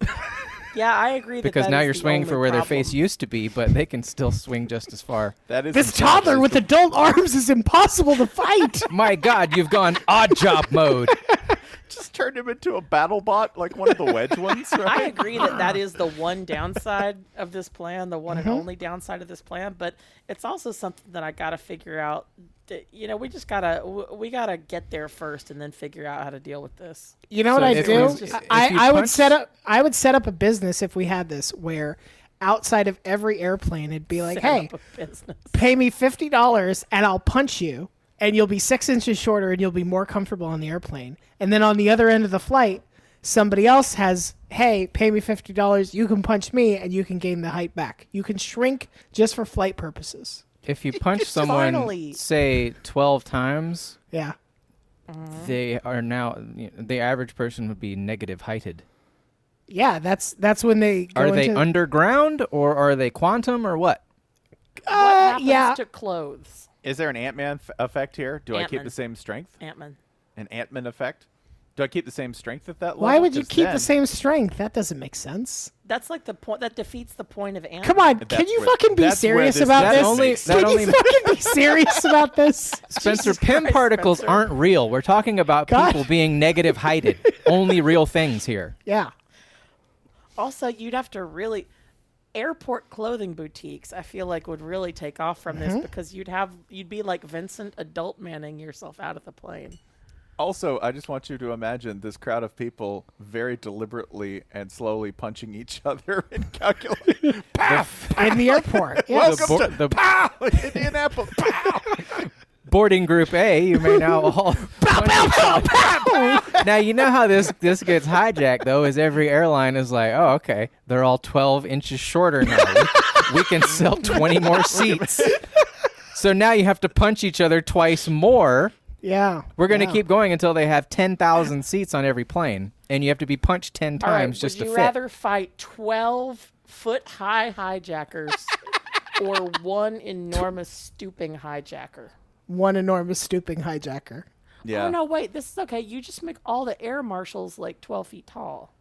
Yeah, I agree. That
Because
that
now
is
you're
the
swinging
only
for where
problem.
their face used to be, but they can still swing just as far.
That is
this toddler with adult arms is impossible to fight.
My God, you've gone odd job mode.
Just turned him into a battle bot, like one of the
*laughs*
wedge ones. Right?
I agree that that is the one downside of this plan, the one
Mm-hmm.
and only downside of this plan. But it's also something that I got to figure out. That, you know, we just gotta w- we gotta get there first and then figure out how to deal with this.
*laughs* You know what I
It's
do?
just-
I,
if you
I would
punch-
set up I would set up a business if we had this where outside of every airplane it'd be like,
set
Hey,
up a business.
pay me fifty dollars and I'll punch you and you'll be six inches shorter and you'll be more comfortable on the airplane. And then on the other end of the flight, somebody else has, Hey, pay me fifty dollars, you can punch me and you can gain the height back. You can shrink just for flight purposes.
If you punch someone,
Finally.
say twelve times,
Yeah.
they are now you know, the average person would be negative heighted.
Yeah, that's that's when they go
Are they
into-
underground or are they quantum or what?
what
Uh,
happens
yeah.
to clothes?
Is there an Ant Man f- effect here? Do I keep
Ant-Man.
the same strength?
Ant-Man.
An Ant Man effect? Do I keep the same strength at that level?
Why would you
'Cause
keep
then-
the same strength? That doesn't make sense.
That's like the point. That defeats the point of Anna.
Come on, can you fucking be serious about this? can you
*laughs*
fucking be serious about this?
Spencer, pin particles aren't real. We're talking about
God.
people being negative heighted. Only real things here.
Yeah.
Also, you'd have to really airport clothing boutiques. I feel like would really take off from
Mhm.
Mm-hmm.
this because you'd have you'd be like Vincent adult manning yourself out of the plane.
Also, I just want you to imagine this crowd of people very deliberately and slowly punching each *laughs* other
*laughs*
and calculating. Paf!
In the airport.
Welcome
The bo-
to
*laughs*
the-
Pow! Indianapolis. Pow!
Boarding group A, you may now all. *laughs* now you know how this this gets hijacked though. Is every airline is like, oh okay, they're all twelve inches shorter now. we, we can
*laughs*
sell twenty more seats. So now you have to punch each other twice more.
Yeah.
We're going to
yeah.
keep going until they have 10,000 seats on every plane, and you have to be punched 10
All right,
times just to
would you
fit.
rather fight twelve foot high
*laughs*
hijackers or one enormous stooping hijacker?
one enormous stooping hijacker.
Oh no, wait. This is okay. You just make all the air marshals like twelve feet tall.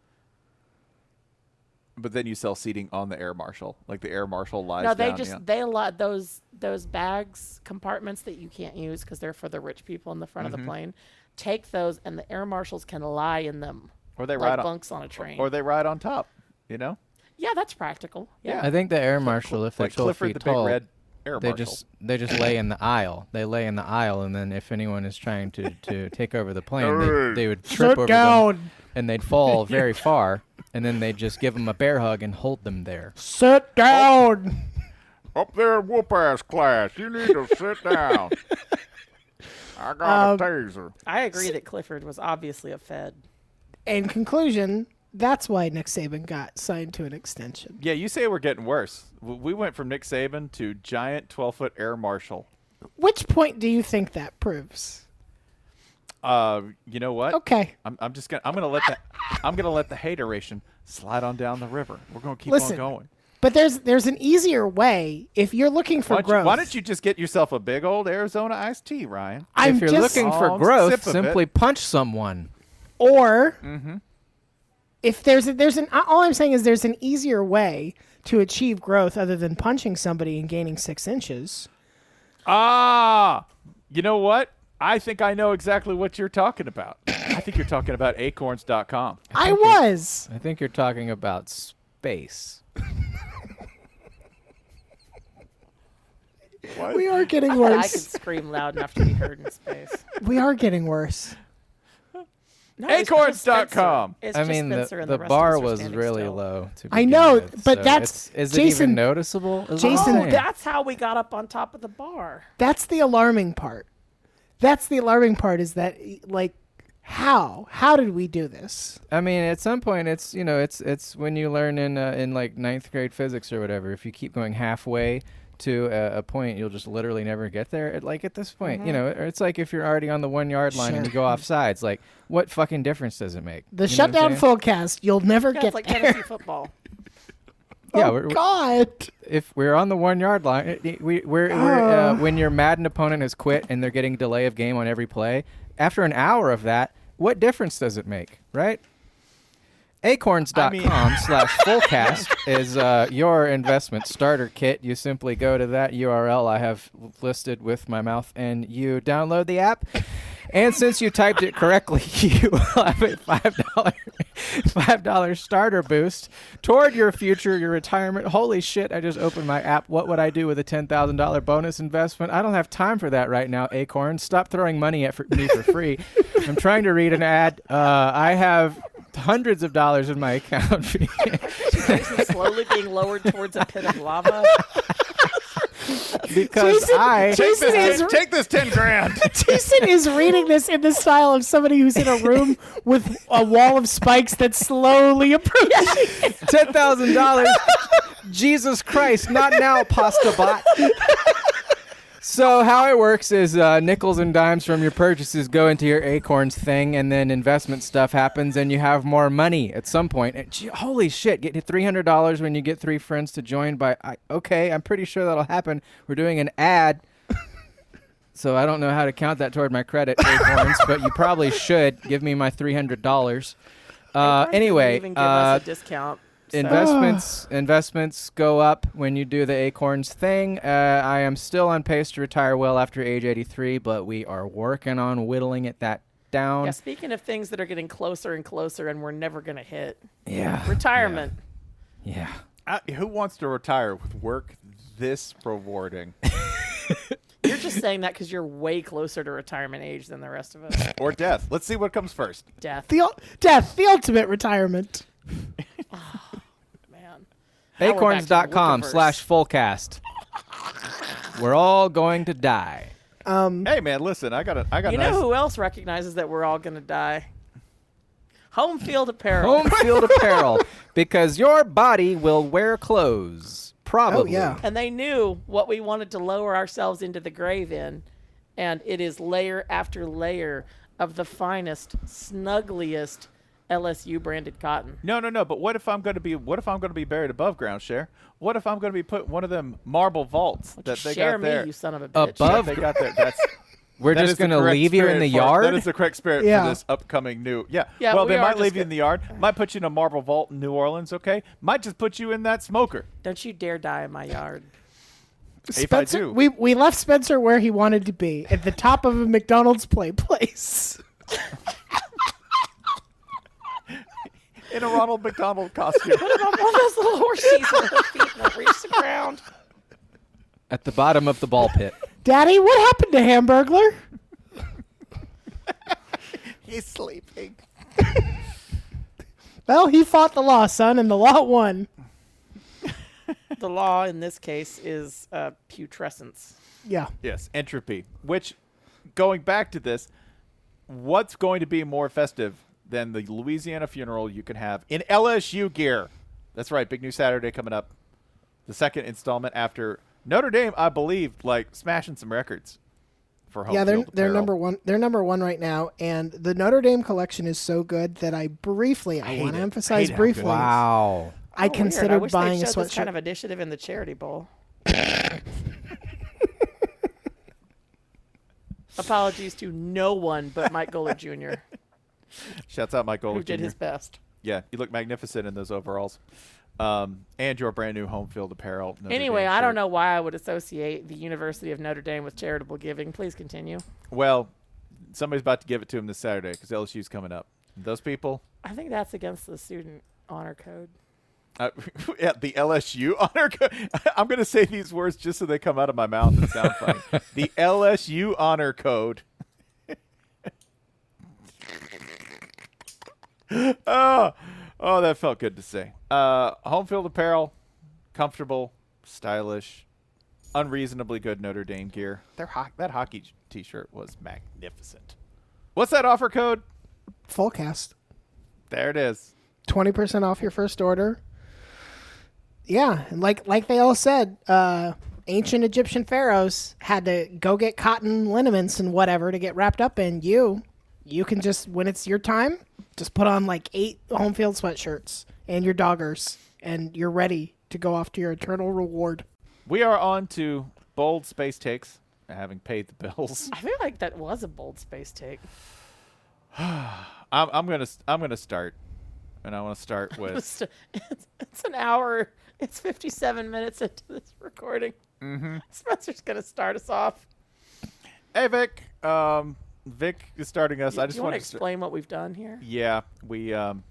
But then you sell seating on the air marshal, like the air marshal lies
no, they
down,
just
yeah.
they allowed those those bags compartments that you can't use because they're for the rich people in the front of
Mhm.
the plane. Take those, and the air marshals can lie in them.
or they
like
ride
bunks on
or-
a train.
or they ride on top. You know,
yeah, that's practical. Yeah,
I think the air marshal, if they're
like
12
Clifford
feet
the Big
tall,
Red air
they
marshal.
just they just lay in the aisle. They lay in the aisle, and then if anyone is trying to, to take over the plane, they, they would trip
Sit
over
down.
them, and they'd fall very far, and then they'd just give them a bear hug and hold them there.
Sit down.
Up there, whoop ass class. You need to sit
*laughs*
down. I got
Um,
a taser.
I agree that Clifford was obviously a Fed.
In conclusion, that's why Nick Saban got signed to an extension.
yeah, you say we're getting worse. W- We went from Nick Saban to giant twelve foot air marshal.
Which point do you think that proves?
Uh, you know what?
Okay.
I'm, I'm just gonna I'm gonna let the I'm gonna let the hateration slide on down the river. We're gonna keep
Listen,
on going.
But there's there's an easier way if you're looking for
Why don't, you,
growth.
why don't you just get yourself a big old Arizona iced tea, Ryan?
I'm
if you're
just-
looking for
Oh,
growth,
sip of it.
simply punch someone.
or
Mhm.
if there's a, there's an all I'm saying is there's an easier way to achieve growth other than punching somebody and gaining six inches.
Ah, you know what? I think I know exactly what you're talking about. I think you're talking about acorns.com.
I was.
I think you're talking about space.
We are getting
I
worse.
thought I could scream loud enough to be heard in space.
We are getting worse.
No, it's just Spencer.
Acorns.com.
It's
I
just
mean, the,
Spencer and
the
rest of us
bar
are
was
standing
really
still.
low. To
I
begin
know,
with,
but
so
that's-
it's- is it
Jason-
even noticeable? Is what I'm
Jason-
Oh,
saying.
that's how we got up on top of the bar.
That's the alarming part. That's the alarming part is that e, like how how did we do this?
I mean, at some point, it's you know, it's it's when you learn in uh, in like ninth grade physics or whatever. If you keep going halfway to a, a point, you'll just literally never get there. At, like at this point, you
Mhm.
know, or it's like if you're already on the one yard line and you
Sure.
go off sides, like what fucking difference does it make?
The
You know what I'm
shutdown
saying?
full cast, you'll never
Yeah,
get
*laughs*
it's like
there.
Tennessee football.
Yeah,
oh,
we're-
*laughs* God.
If we're on the one yard line, it- it- we, we're, we're uh, when your Madden opponent has quit and they're getting delay of game on every play. After an hour of that, what difference does it make, right? Acorns.com slash fullcast is uh, your investment starter kit. You simply go to that URL I have listed with my mouth and you download the app. And since you typed it correctly, *laughs* you will have a five dollar five dollar starter boost toward your future, your retirement. Holy shit! I just opened my app. What would I do with a ten thousand dollar bonus investment? I don't have time for that right now. Acorn, stop throwing money at for, me for
*laughs*
free. I'm trying to read an ad. Uh, I have hundreds of dollars in my account. *laughs*
Jason slowly being lowered towards a pit of *laughs*
Uh,
lava.
Because
Jason-
I-
Jason is-
take this ten grand.
Jason is reading this in the style of somebody who's in a room with a wall of spikes that's slowly approaching.
Ten thousand dollars. Jesus Christ! Not now, pasta bot. So how it works is uh, nickels and dimes from your purchases go into your acorns thing, and then investment stuff happens, and you have more money at some point. And, gee, holy shit! Get to three hundred dollars when you get three friends to join. By I, okay, I'm pretty sure that'll happen. We're doing an ad so I don't know how to count that toward my credit, Acorns, but you probably should give me my three hundred dollars. Uh, anyway,
even give
uh,
us a discount.
Ah.
so-
investments investments go up when you do the Acorns thing. Uh, I am still on pace to retire well after age eighty three, but we are working on whittling it that down.
Yeah, speaking of things that are getting closer and closer and we're never going to hit.
Yeah,
Retirement.
Yeah.
I, Uh, who wants to retire with work this rewarding?
You're just saying that because you're way closer to retirement age than the rest
*laughs*
of us.
or death? Let's see what comes first.
Death.
The ul- death, the ultimate retirement.
Now we're back to the
Acorns.com
Wikiverse.
slash fullcast. We're all going to die.
Um,
hey man, listen, I got a, I got
You
a nice,
know who else recognizes that we're all going to die? Home field apparel.
Home field
*laughs*
apparel because your body will wear clothes.
Oh,
Probably.
And they knew what we wanted to lower ourselves into the grave in, and it is layer after layer of the finest, snuggliest LSU branded cotton.
No, no, no. But what if I'm going to be? What if I'm going to be buried above ground, Cher? What if I'm going to be put in one of them marble vaults that they
Cher
got
me,
there?
you son of a bitch.
that
Above
they
gr- *laughs*
got there.
*laughs*
That's.
We're
that
just
is the
gonna
correct
leave you in
spirit
the
for-
yard?
That is the correct spirit
Yeah.
for this upcoming new. Yeah.
Yeah,
well,
we
they
are
might
just
leave you in the yard. Might put you in a marble vault in New Orleans. Okay. Might just put you in that smoker.
Don't you dare die in my yard.
If I
Spencer-
do.
We, we left Spencer where he wanted to be at the top of a McDonald's play place.
in a Ronald
*laughs*
McDonald costume.
Put it on one of those little horsies with her feet and reach the ground.
At the bottom of the ball
*laughs*
pit.
Daddy, what happened to Hamburglar?
He's sleeping.
*laughs* Well, he fought the law, son, and the law won.
The law in this case is uh, putrescence.
Yeah.
Yes, entropy. Which, going back to this, what's going to be more festive than the Louisiana funeral you can have in LSU gear? That's right. Big new Saturday coming up. The second installment after Notre Dame, I believe, like smashing some records for home.
yeah, they're
field
they're
apparel.
number one. They're number one right now, and the Notre Dame collection is so good that I briefly, I,
hate
want
it.
to
I
emphasize
hate how good
briefly.
it is. Wow.
I
Oh, weird.
considered
I wish they
buying a
showed This
sweatshirt.
kind of initiative in the charity *laughs* bowl. Apologies to no one but Mike Goller *laughs* Jr.
Shouts out Mike Golick
who did
Jr..
his best.
Yeah, you look magnificent in those overalls, um, and your brand new home field apparel. Notre
anyway,
Dame
I
shirt.
don't know why I would associate the University of Notre Dame with charitable giving. Please continue.
Well, somebody's about to give it to him this Saturday because LSU's coming up. Those people,
I think that's against the student honor code.
uh, *laughs* yeah, the LSU *laughs* honor code. I'm going to say these words just so they come out of my mouth and sound funny. The LSU honor code. *laughs* oh, oh, that felt good to say. Uh, home field apparel, comfortable, stylish, unreasonably good Notre Dame gear. Their ho- that hockey t-shirt was magnificent. What's that offer code?
Fullcast,
There it is.
twenty percent off your first order. Yeah, and like like they all said, uh, ancient Egyptian pharaohs had to go get cotton liniments and whatever to get wrapped up in. You, you can just when it's your time, just put on like eight home field sweatshirts and your doggers, and you're ready to go off to your eternal reward.
We are on to bold space takes, having paid the
*laughs*
bills.
I feel like that was a bold space take.
I'm, I'm gonna s- I'm gonna start, and I want
*laughs*
to start with
It's, it's an hour. It's 57 minutes into this recording.
Mhm.
Spencer's going to start us off.
Hey, Vic. Um, Vic is starting us.
Do
I
you
just
wanna
want to
explain what we've done here?
Yeah, we um,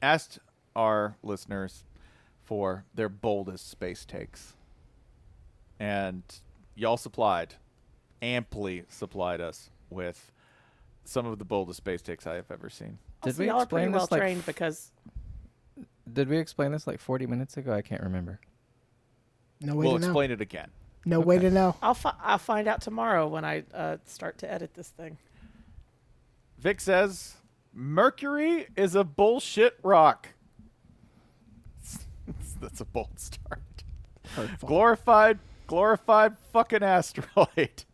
asked our listeners for their boldest space takes, and y'all supplied, amply supplied us with some of the boldest space takes I have ever seen.
Did
Also,
we
y'all are pretty
explain
well
this, like,
trained because
Did we explain this like 40 minutes ago? I can't remember.
No way
We'll
to know.
explain it again.
No way to know.
I'll fi- I'll find out tomorrow when I uh, start to edit this thing.
Vic says Mercury is a bullshit rock. *laughs* That's a bold start. Glorified, glorified fucking asteroid.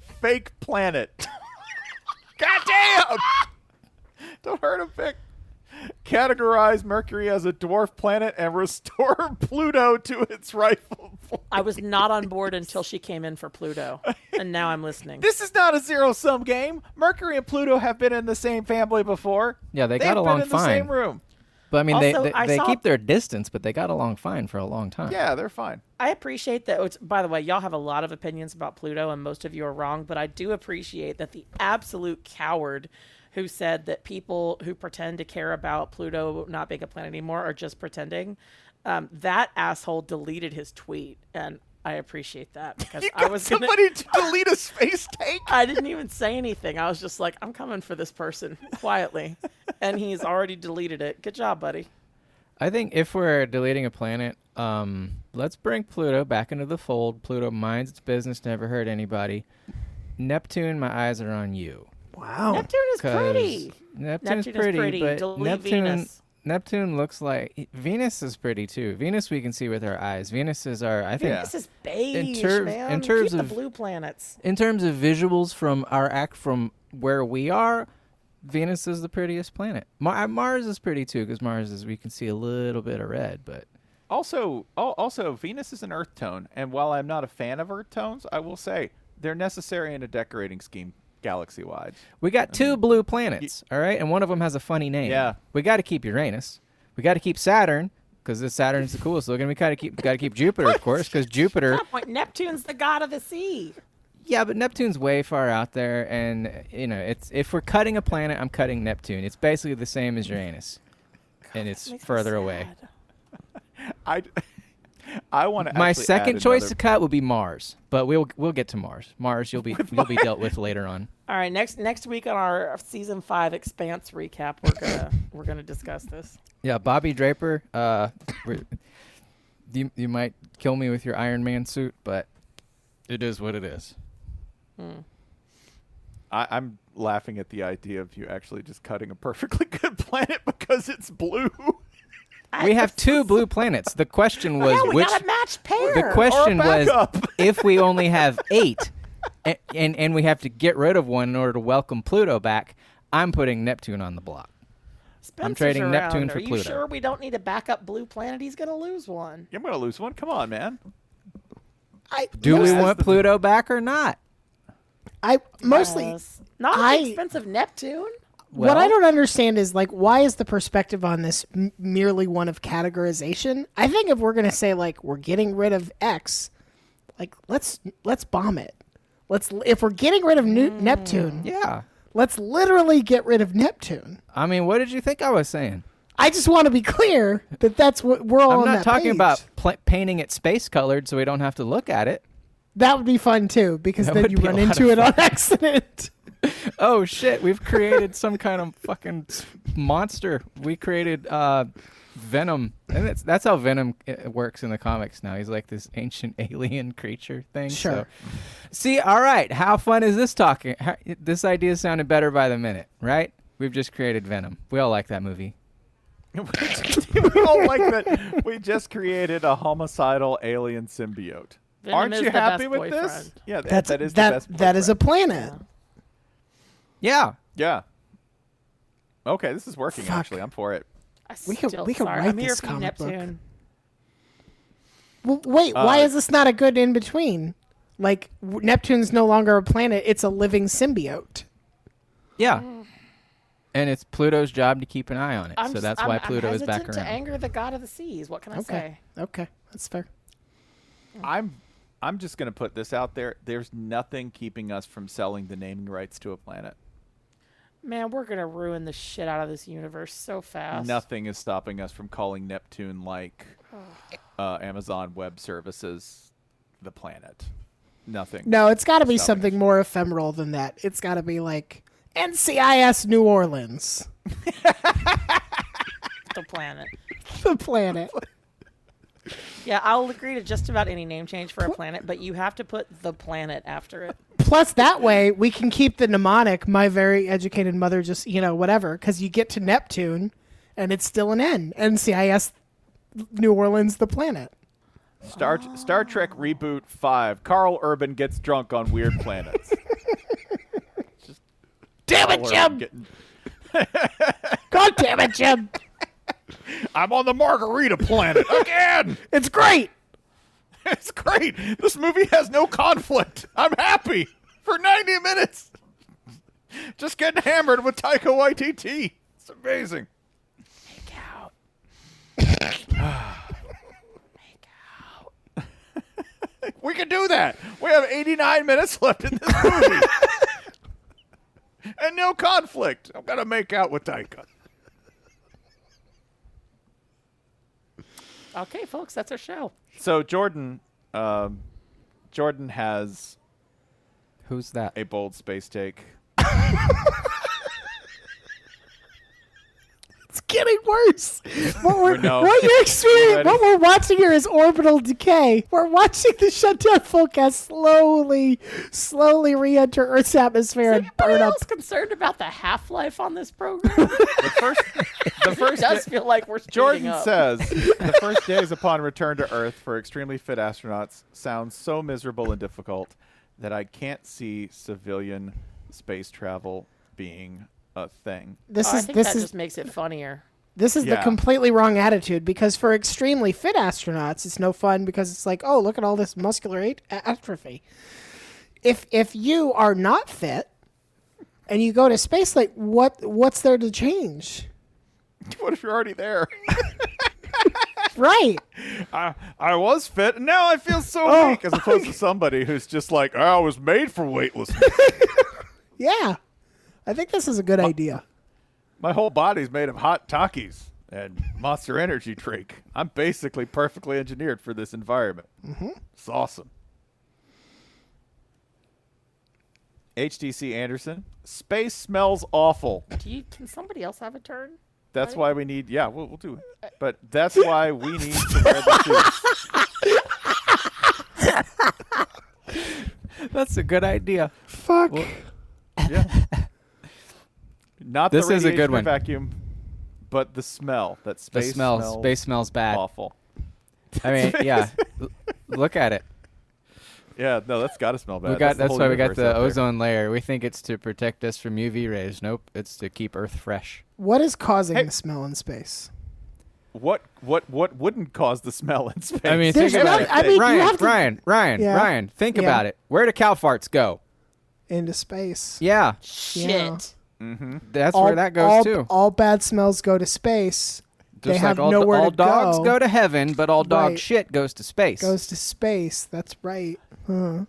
*laughs* Fake planet. *laughs* God damn! *laughs* Don't hurt him, Vic. *laughs* Categorize Mercury as a dwarf planet and restore Pluto to its rightful
I was not on board until she came in for Pluto, and now I'm listening.
*laughs* This is not a zero sum game. Mercury and Pluto have been in the same family before.
Yeah, they
They've
got along
been in
fine.
the same room.
But I mean, they,
Also,
they,
I
they
saw-
keep their distance, but they got along fine for a long time.
Yeah, they're fine.
I appreciate that. It's, by the way, y'all have a lot of opinions about Pluto, and most of you are wrong. But I do appreciate that the absolute coward who said that people who pretend to care about Pluto not being a planet anymore are just pretending. Um, that asshole deleted his tweet, and I appreciate that because I was gonna-
somebody
*laughs*
to delete a space tank.
I didn't even say anything. I was just like, I'm coming for this person quietly, and he's already deleted it. Good job, buddy.
I think if we're deleting a planet, um, let's bring Pluto back into the fold. Pluto minds its business, never hurt anybody. Neptune, my eyes are on you.
Wow.
Neptune is
Oh, 'Cause
pretty.
Neptune's
Neptune is
pretty,
pretty.
but
Delete
Neptune,
Venus.
Neptune looks like Venus is pretty too. Venus we can see with our eyes. Venus is our, I think.
Venus is beige,
in terms,
man.
In terms
Keep
of
the blue planets.
in terms of visuals from our act from where we are, Venus is the prettiest planet. Mar- Mars is pretty too because Mars is we can see a little bit of red, but
Also, al- also Venus is an Earth tone, and while I'm not a fan of Earth tones, I will say they're necessary in a decorating scheme galaxy wide.
we got two blue planets, all right, and one of them has a funny name.
Yeah.
we got to keep Uranus. We got to keep Saturn because this Saturn's the coolest looking. We got to keep got to keep Jupiter, of course, because Jupiter.
Point. Neptune's the god of the sea.
Yeah, but Neptune's way far out there, and uh, you know, it's if we're cutting a planet, I'm cutting Neptune. It's basically the same as Uranus, and it's further away.
I, *laughs* I want to.
My second choice to cut would be Mars, but we'll we'll get to Mars. Mars, you'll be you'll be dealt with later on.
All right, next next week on our season five Expanse recap, we're gonna we're gonna discuss this.
Yeah, Bobby Draper. Uh, we're- you you might kill me with your Iron Man suit, but it is what it is.
Hmm.
I, I'm laughing at the idea of you actually just cutting a perfectly *laughs* good planet because it's blue. *laughs*
We have two blue planets. The question was
we
which
got a matched pair.
The question was *laughs*
backup.
if we only have eight, and, and and we have to get rid of one in order to welcome Pluto back. I'm putting Neptune on the block. I'm
Spencer's
trading
around.
Neptune for
Are you
Pluto.
sure we don't need a backup blue planet? He's gonna lose one.
I'm gonna lose one. Come on, man.
I
Do we
mostly-
want Pluto back or not?
I mostly
Yes. Not
I-
at the expense of Neptune.
what I don't understand is like why is the perspective on this m- merely one of categorization? I think if we're going to say like we're getting rid of X, like let's let's bomb it. Let's if we're getting rid of nu-
Mm.
Neptune,
Yeah.
let's literally get rid of Neptune.
I mean, what did you think I was saying?
I just want to be clear that that's what we're all
I'm
on
not
that
talking
page.
about pl- painting it space colored so we don't have to look at it.
That would be fun too because
That
then
would
you
be a
run
lot
into
of
it on
fun.
accident.
Oh shit, we've created some kind of fucking s- monster. We created uh Venom. And that's that's how Venom uh, works in the comics now. He's like this ancient *laughs* alien creature thing.
Sure.
So. See, all right, how fun is this talking? How, this idea sounded better by the minute, right? We've just created Venom. We all like that movie.
*laughs* we don't like that. We just created a homicidal alien symbiote.
Venom
Aren't
is
you
the
happy
best
with this?
boyfriend.
Yeah, that,
That's
that is
that
the best.
that is a planet.
Yeah.
Yeah. Okay, this is working.
Fuck.
Actually, I'm for it.
I
We could-
still-
we could
sorry,
write
I'm here
this
for
comic book.
Neptune.
Well, wait,
Uh,
why is this not a good in between? Like w- Neptune's no longer a planet; it's a living symbiote.
Yeah.
Mm.
And it's Pluto's job to keep an eye on it.
I'm
so
just-
that's why
I'm- I'm
Pluto is back
hesitant
around.
to anger the god of the seas. What can I say?
Okay, okay, that's fair.
I'm I'm just gonna put this out there. There's nothing keeping us from selling the naming rights to a planet.
Man, we're gonna ruin the shit out of this universe so fast.
Nothing is stopping us from calling Neptune like uh, Amazon Web Services the planet. Nothing.
No, it's got to be
Stopping
something more ephemeral than that. It's got to be like NCIS New Orleans, *laughs*
The planet.
the planet.
Yeah, I'll agree to just about any name change for a planet, but you have to put the planet after it.
Plus, that way we can keep the mnemonic. My very educated mother just you know whatever because you get to Neptune, and it's still an N. NCIS New Orleans, the planet.
Star Star Trek reboot five. Carl Urban gets drunk on weird
*laughs*
planets. Just
Damn it,
Carl
Jim!
Urban getting-
God damn it,
*laughs*
Jim! *laughs*
I'm on the margarita planet again.
It's great.
*laughs* it's great. This movie has no conflict. I'm happy for 90 minutes. Just getting hammered with Taika Waititi. It's amazing. Make out. Make out. we can do that. We have 89 minutes left in this movie. and no conflict. I'm going to make out with Taika.
Okay, folks, that's our show.
So Jordan, um, Jordan has.
Who's that?
A bold space take.
It's getting worse. What we're,
No.
what
*laughs*
you're
You
experiencing,
ready?
what we're watching here is orbital decay. We're watching the shutdown forecast slowly, slowly re-enter Earth's atmosphere and burn
Anyone
up.
else concerned about the half life on this
*laughs*
program?
The first
it does
day-
feel like we're speeding
Jordan
up. *laughs*
says the first days upon return to Earth for extremely fit astronauts sounds so miserable and difficult that I can't see civilian space travel being a thing. *laughs*
This
Oh, I
is-
think
this
that
is-
just makes it funnier.
This is the
Yeah.
completely wrong attitude because for extremely fit astronauts, it's no fun because it's like, oh, look at all this muscular at- atrophy. If if you are not fit and you go to space, like what what's there to
*laughs*
change?
What if you're already there?
Right.
I I was fit, and now I feel so
Oh.
weak. As opposed to *laughs* somebody who's just like, I was made for weightlessness.
Yeah. I think this is a good idea.
My whole body's made of hot Takis and Monster Energy drink. I'm basically perfectly engineered for this environment.
Mhm.
It's awesome. HTC Anderson, space smells awful.
Do you? Can somebody else have a turn?
That's why we need. Yeah, we'll, we'll do it. But that's why we need to wear the shoes.
That's a good idea.
Fuck.
yeah. Not
This
the
is a good
radiation
one.
Vacuum, but the smell. That
The
space
smells, space smells bad.
Awful.
I mean, *laughs* yeah. L- look at it.
Yeah, no, that's got to smell bad.
we got
the
that's
whole
why we got
universe out
the
there.
ozone layer. We think it's to protect us from UV rays. Nope, it's to keep Earth fresh.
What is causing the smell in space?
What what what wouldn't cause the smell in space?
I mean, think about it. Ryan, Ryan, Ryan,
Yeah.
Ryan, think
Yeah.
about it. Where do cow farts go?
Into space.
Yeah.
Shit. Yeah.
Mm-hmm. That's
All-
where that goes
all-
too.
All bad smells go to space. they
Just
have
like all, do-
nowhere
all
to
dogs go.
go
to heaven, but all dog
Right.
shit goes to space.
goes to space. That's right. Huh.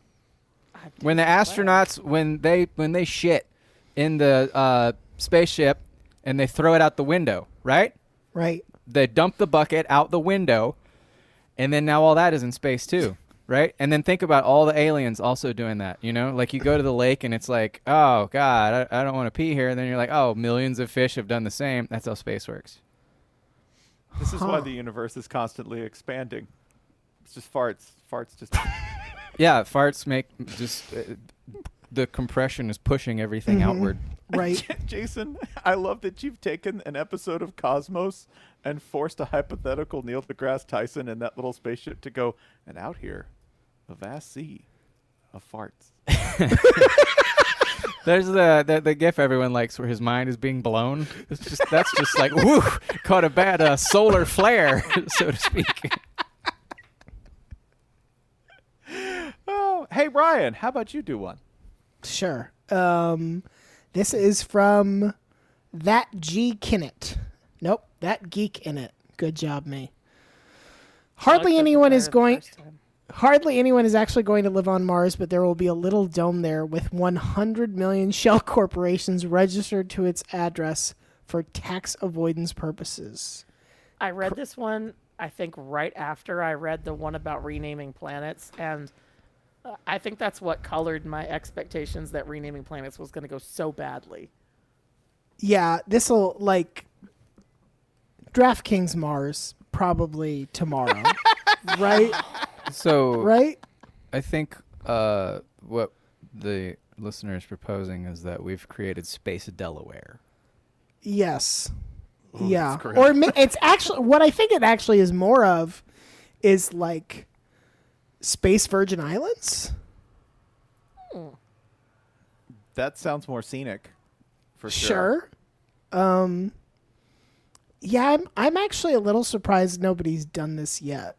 when the astronauts when they when they shit in the uh, spaceship and they throw it out the window, right? *laughs*
Right.
They dump the bucket out the window, and then now all that is in space too, right? And then think about all the aliens also doing that. You know, like you go to the lake and it's like, oh god, I, I don't want to pee here, and then you're like, oh, millions of fish have done the same. That's how space works.
This is why
Huh.
the universe is constantly expanding. It's just farts. Farts
*laughs*
just. *laughs*
Yeah, farts make just uh, the compression is pushing everything
Mhm.
outward.
Right.
Jason, I love that you've taken an episode of Cosmos and forced a hypothetical Neil deGrasse Tyson in that little spaceship to go, and out here, a vast sea of
*laughs*
farts.
There's the, the the gif everyone likes where his mind is being blown. It's just that's just like woo, caught a bad uh, solar flare, *laughs* so to speak.
Oh, hey, Ryan, how about you do one?
Sure. Um, this is from that G Kinnett. Nope, that geek in it. Good job, me. Hardly anyone is going. Hardly anyone is actually going to live on Mars, but there will be a little dome there with 100 million *laughs* shell corporations registered to its address for tax avoidance purposes.
I read this one, I think, right after I read the one about renaming planets. And uh, I think that's what colored my expectations that renaming planets was going to go so badly.
Yeah, this will like DraftKings Mars probably
*laughs*
tomorrow, right?
So
Right?
I think uh, what the listener is proposing is that we've created Space Delaware.
Yes.
Ooh,
yeah.
that's great.
Or ma- it's actually what I think it actually is more of is like Space Virgin Islands.
That sounds more scenic, for sure.
Sure. Um Yeah, I'm I'm actually a little surprised nobody's done this yet.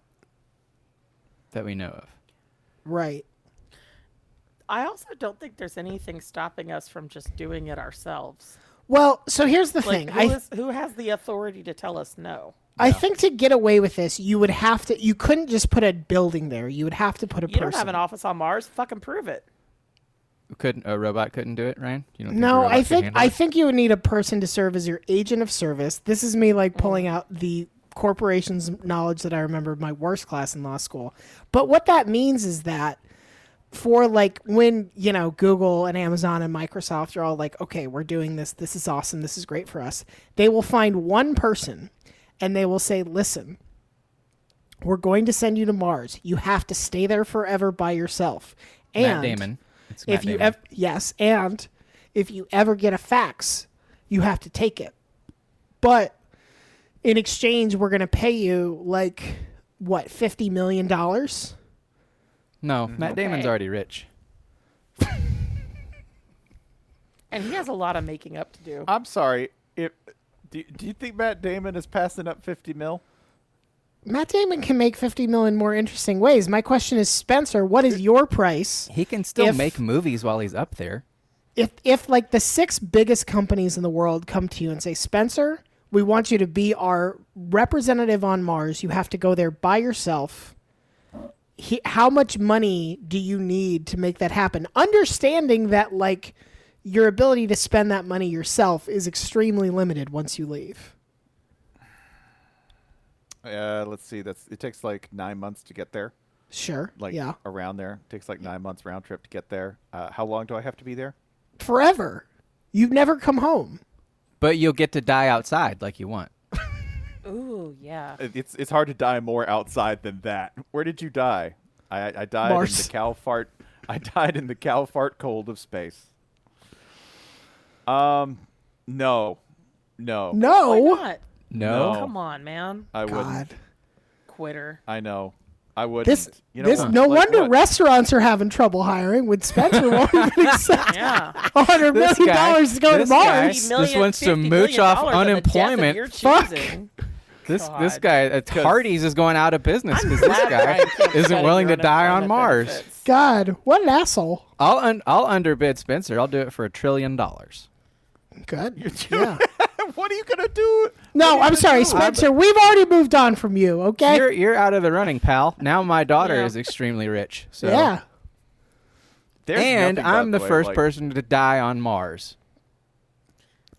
that we know of.
Right.
I also don't think there's anything stopping us from just doing it ourselves.
Well, so here's the
Like,
thing.
who
I
is- who has the authority to tell us no?
I think to get away with this, you would have to. You couldn't just put a building there. You would have to put a
You
person.
don't have an office on Mars. Fucking prove it.
Couldn't a robot couldn't do it, Ryan? You don't think a
no,
robot
I
could
think
handle
I
it?
think you would need a person to serve as your agent of service. This is me like
Mm.
pulling out the corporation's knowledge that I remember my worst class in law school. But what that means is that for like when you know Google and Amazon and Microsoft are all like, okay, we're doing this. This is awesome. This is great for us. They will find one person, and they will say, listen. We're going to send you to Mars. You have to stay there forever by yourself. And
Matt Damon. It's
if
Matt
you
Damon.
ev- yes, and if you ever get a fax, you have to take it. But in exchange, we're going to pay you like what fifty million dollars.
No, Matt Damon's
Okay.
already rich.
And he has a lot of making up to do.
I'm sorry. If do, do you think Matt Damon is passing up 50 mil?
Matt Damon can make fifty million in more interesting ways. My question is, Spencer, what is your price?
He can still
if,
make movies while he's up there.
if if like the six biggest companies in the world come to you and say, Spencer, we want you to be our representative on Mars. You have to go there by yourself. He, how much money do you need to make that happen? Understanding that like your ability to spend that money yourself is extremely limited once you leave.
Uh, let's see. That's it takes like nine months to get there.
Sure,
Like
yeah.
around there takes like nine months round trip to get there. Uh, how long do I have to be there?
Forever. You've never come home.
But you'll get to die outside like you want.
Ooh, yeah.
It- It's it's hard to die more outside than that. Where did you die? I I died in
Mars.
the cow fart. I died in the cow fart cold of space. Um, no, no,
No.
Oh.
Why not?
No. No.
Come on, man.
I wouldn't.
Quitter.
I know. I wouldn't.
This,
you know,
this
what?
no
Like
wonder
what?
restaurants are having trouble hiring when Spencer won't
*laughs*
even accept
yeah.
*laughs*
*laughs* hundred
This
million
guy-
dollars to go to
this guy-
Mars.
this wants to mooch off unemployment.
Fuck.
This this guy uh, Hardee's is going out of business because this guy isn't willing to die on Mars.
God, what an asshole!
I'll un- I'll underbid Spencer. I'll do it for a trillion dollars. *laughs*
Good. Yeah.
*laughs* what are you gonna do?
No, I'm sorry, Spencer. We've already moved on from you. Okay.
You're you're out of the running, pal. Now my daughter is extremely rich. So
Yeah.
There's
and
nothing, by
I'm the
way,
first
like-
person to die on Mars.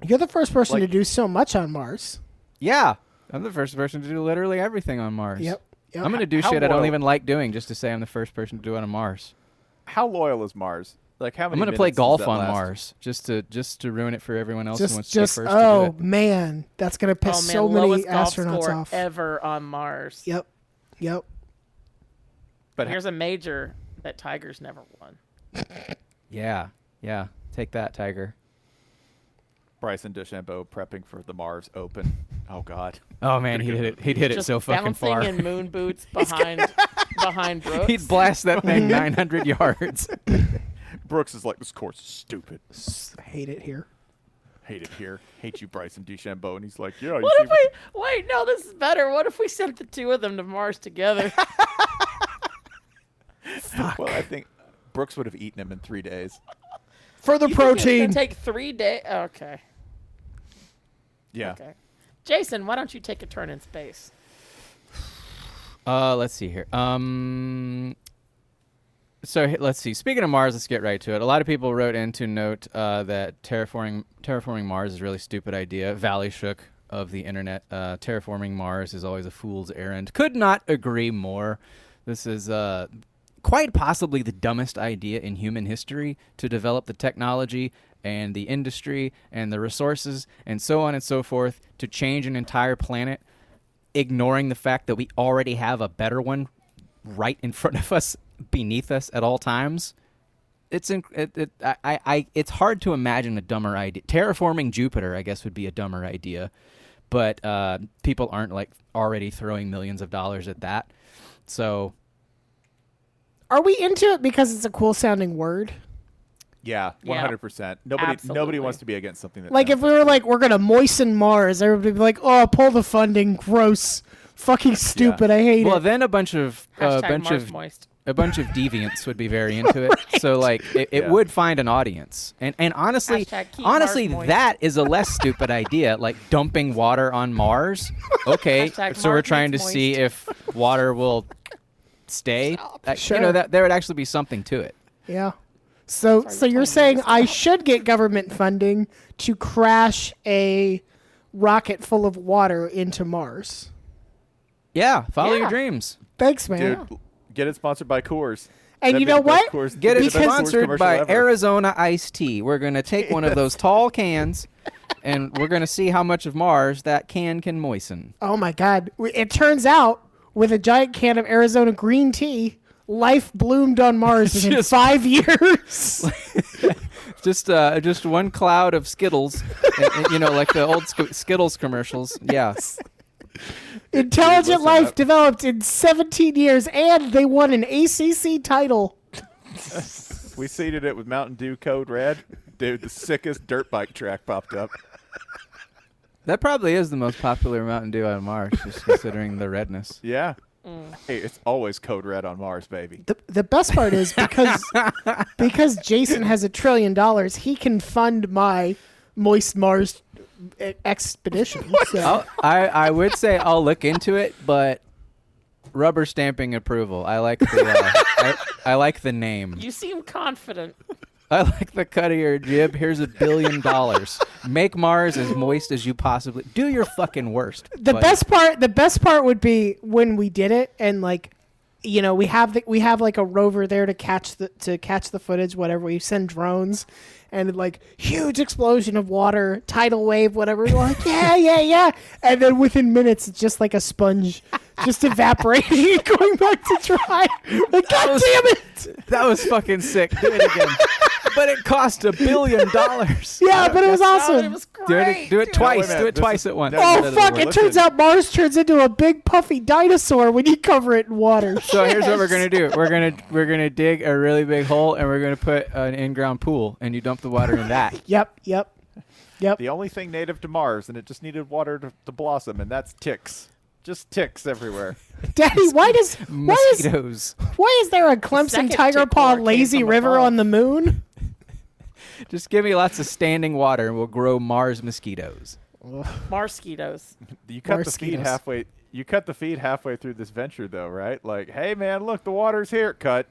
You're the first person
Like-
to do so much on Mars.
Yeah, I'm the first person to do literally everything on Mars.
Yep, yep.
I'm gonna do
How
shit I don't
loyal-
even like doing just to say I'm the first person to do it on Mars.
How loyal is Mars? Like how
I'm
many?
gonna play
minutes does
golf
that
on
last?
Mars just to just to ruin it for everyone else who
Just,
wants
just
to be first to
oh
do it.
man, that's gonna
Oh,
piss
man,
so many
lowest golf
astronauts
score
off.
ever on Mars.
Yep. Yep.
But
Here's a major that Tigers never won.
Yeah, yeah. Take that, Tiger.
Bryson DeChambeau prepping for the Mars Open. *laughs* Oh God.
Oh man, he did it. He did it
Just
so fucking
bouncing
far.
in moon boots behind
*laughs*
behind Brooks.
*laughs* He'd blast that thing 900 yards.
Brooks is like, this course is stupid.
I hate it here.
Hate it here. Hate you, Bryson DeChambeau. And he's like, yeah. You
What
see
if we wait? No, this is better. What if we sent the two of them to
*laughs*
Mars together?
Well, I think Brooks would have eaten him in three days.
Further
You think it's gonna
protein.
take three days. Okay.
Yeah.
Okay. Jason, why don't you take a turn in space?
Uh, let's see here. Um, so h- let's see. Speaking of Mars, let's get right to it. A lot of people wrote in to note uh, that terraforming terraforming Mars is a really stupid idea. Valley shook of the internet. Uh, terraforming Mars is always a fool's errand. Could not agree more. This is uh, quite possibly the dumbest idea in human history to develop the technology and the industry and the resources and so on and so forth to change an entire planet ignoring the fact that we already have a better one right in front of us, beneath us at all times. It's in, it, it, I, I, I, it's hard to imagine a dumber idea. Terraforming Jupiter, I guess, would be a dumber idea, but uh, people aren't like already throwing millions of dollars at that. So
Are we into it because it's a cool sounding word?
Yeah.
Yeah.
One hundred percent. Nobody. Nobody
Absolutely.
wants to be against something that.
Like if we were like, we're gonna moisten Mars, everybody would be like, oh, pull the funding, gross. fucking stupid. I hate
well,
it.
then a bunch of a
Hashtag
bunch
Marsh
of
moist.
a bunch of deviants would
*laughs*
be very into it. So like it, it
Yeah.
would find an audience. And and honestly,
Hashtag keep
honestly,
Mars moist.
that is a less stupid idea. Like dumping water
*laughs*
on Mars. Okay,
Hashtag
so we're
Mars
trying to
makes
see if water will stay. Uh, You know
Sure.
that there would actually be something to it.
Yeah. So so you're saying I should get government funding to crash a rocket full of water into Mars.
Yeah, follow
Yeah.
your dreams.
Thanks, man.
Dude, get it sponsored by Coors.
And
That'd
you
be
know
the best
what?
Coors-
Get
that'd
it
be the best Coors
sponsored
commercial
by
ever.
Arizona Iced Tea. We're gonna take one of those tall cans, and we're gonna see how much of Mars that can can moisten.
Oh my god. W- It turns out with a giant can of Arizona green tea, life bloomed on Mars within 5 *laughs* years.
Just uh, just one cloud of Skittles, *laughs* and- and, you know, like the old Sk- Skittles commercials. Yeah.
Intelligent life developed in 17 years and they won an ACC title.
We seeded it with Mountain Dew Code Red. Dude, the sickest dirt bike track popped up.
That probably is the most popular Mountain Dew on Mars, just considering the redness.
Yeah.
Mm.
Hey, it's always Code Red on Mars, baby.
The best part is because because Jason has a trillion dollars, he can fund my moist Mars e- expedition. So.
I'll- Oh, I I would say I'll look into it, but rubber stamping approval. I like the uh, I, I like the name.
You seem confident.
I like the cut of your jib. Here's a billion dollars. Make Mars as moist as you possibly. Do your fucking worst.
the
buddy.
best part the best part would be when we did it and like you know we have the, we have like a rover there to catch the to catch the footage whatever we send drones and like huge explosion of water tidal wave whatever we're like *laughs* yeah yeah yeah and then within minutes it's just like a sponge just evaporating and going back to *laughs* dry like god damn it
that was fucking sick do it again but it cost a billion dollars
yeah but it was awesome
Do it, do it twice. do it twice at once.
oh fuck! It turns out Mars turns into a big puffy dinosaur when you cover it in water.
So here's what we're
Yes.
gonna do. We're gonna we're gonna dig a really big hole and we're gonna put an in-ground pool and you dump the water in *laughs* that.
Yep, yep. Yep.
The only thing native to Mars, and it just needed water to, to blossom, and that's ticks. Just
*laughs*
ticks everywhere.
Daddy, why does why is
Mosquitoes.
why is there a Clemson
second
Tiger
tick
Paw
mark came
lazy
from
river
above.
on the moon?
Just give me lots of standing water and we'll grow Mars mosquitoes.
Mosquitoes.
You cut the feed
Mosquitoes.
halfway. You cut the feed halfway through this venture, though, right? Like, hey, man, look, the water's here. Cut.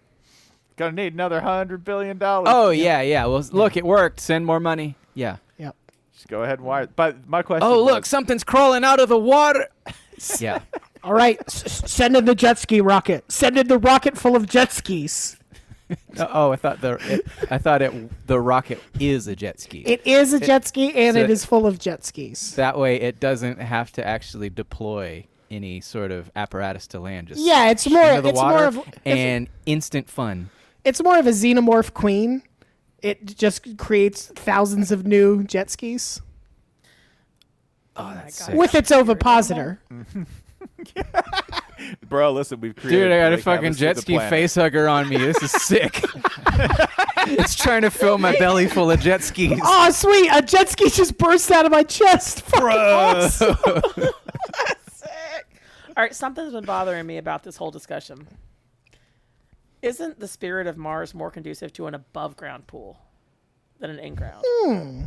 Gonna need another hundred billion dollars.
Oh yeah, yeah. Well, look, it worked. Send more money. Yeah.
Just go ahead and wire. But my question.
Oh
was-
look, something's crawling out of the *laughs* water. Yeah.
All right, s- s- send in the jet ski rocket. Send in the rocket full of jet skis.
Uh, Oh, I thought the it, I thought it the rocket is a jet ski.
It is a jet ski and
so
it is full of jet skis.
That way, it doesn't have to actually deploy any sort of apparatus to land. Just
Yeah, it's
shoot
more-
into the
it's more
water
of- it's-
and instant fun.
Oh
It's more of a xenomorph queen. It just creates thousands of new jet skis
Oh, that's sick.
with its ovipositor.
bro, listen, we've created.
Dude, I got a
Lake
fucking
Atlas to
jet
the
ski
planet.
face hugger on me. This is
*laughs*
sick. it's trying to fill my belly full of jet skis. *laughs*
Oh, sweet! A jet ski just burst out of my chest. Fucking awesome.
All right, something's been bothering me about this whole discussion. Isn't the spirit of Mars more conducive to an above ground pool than an in ground?
Hmm.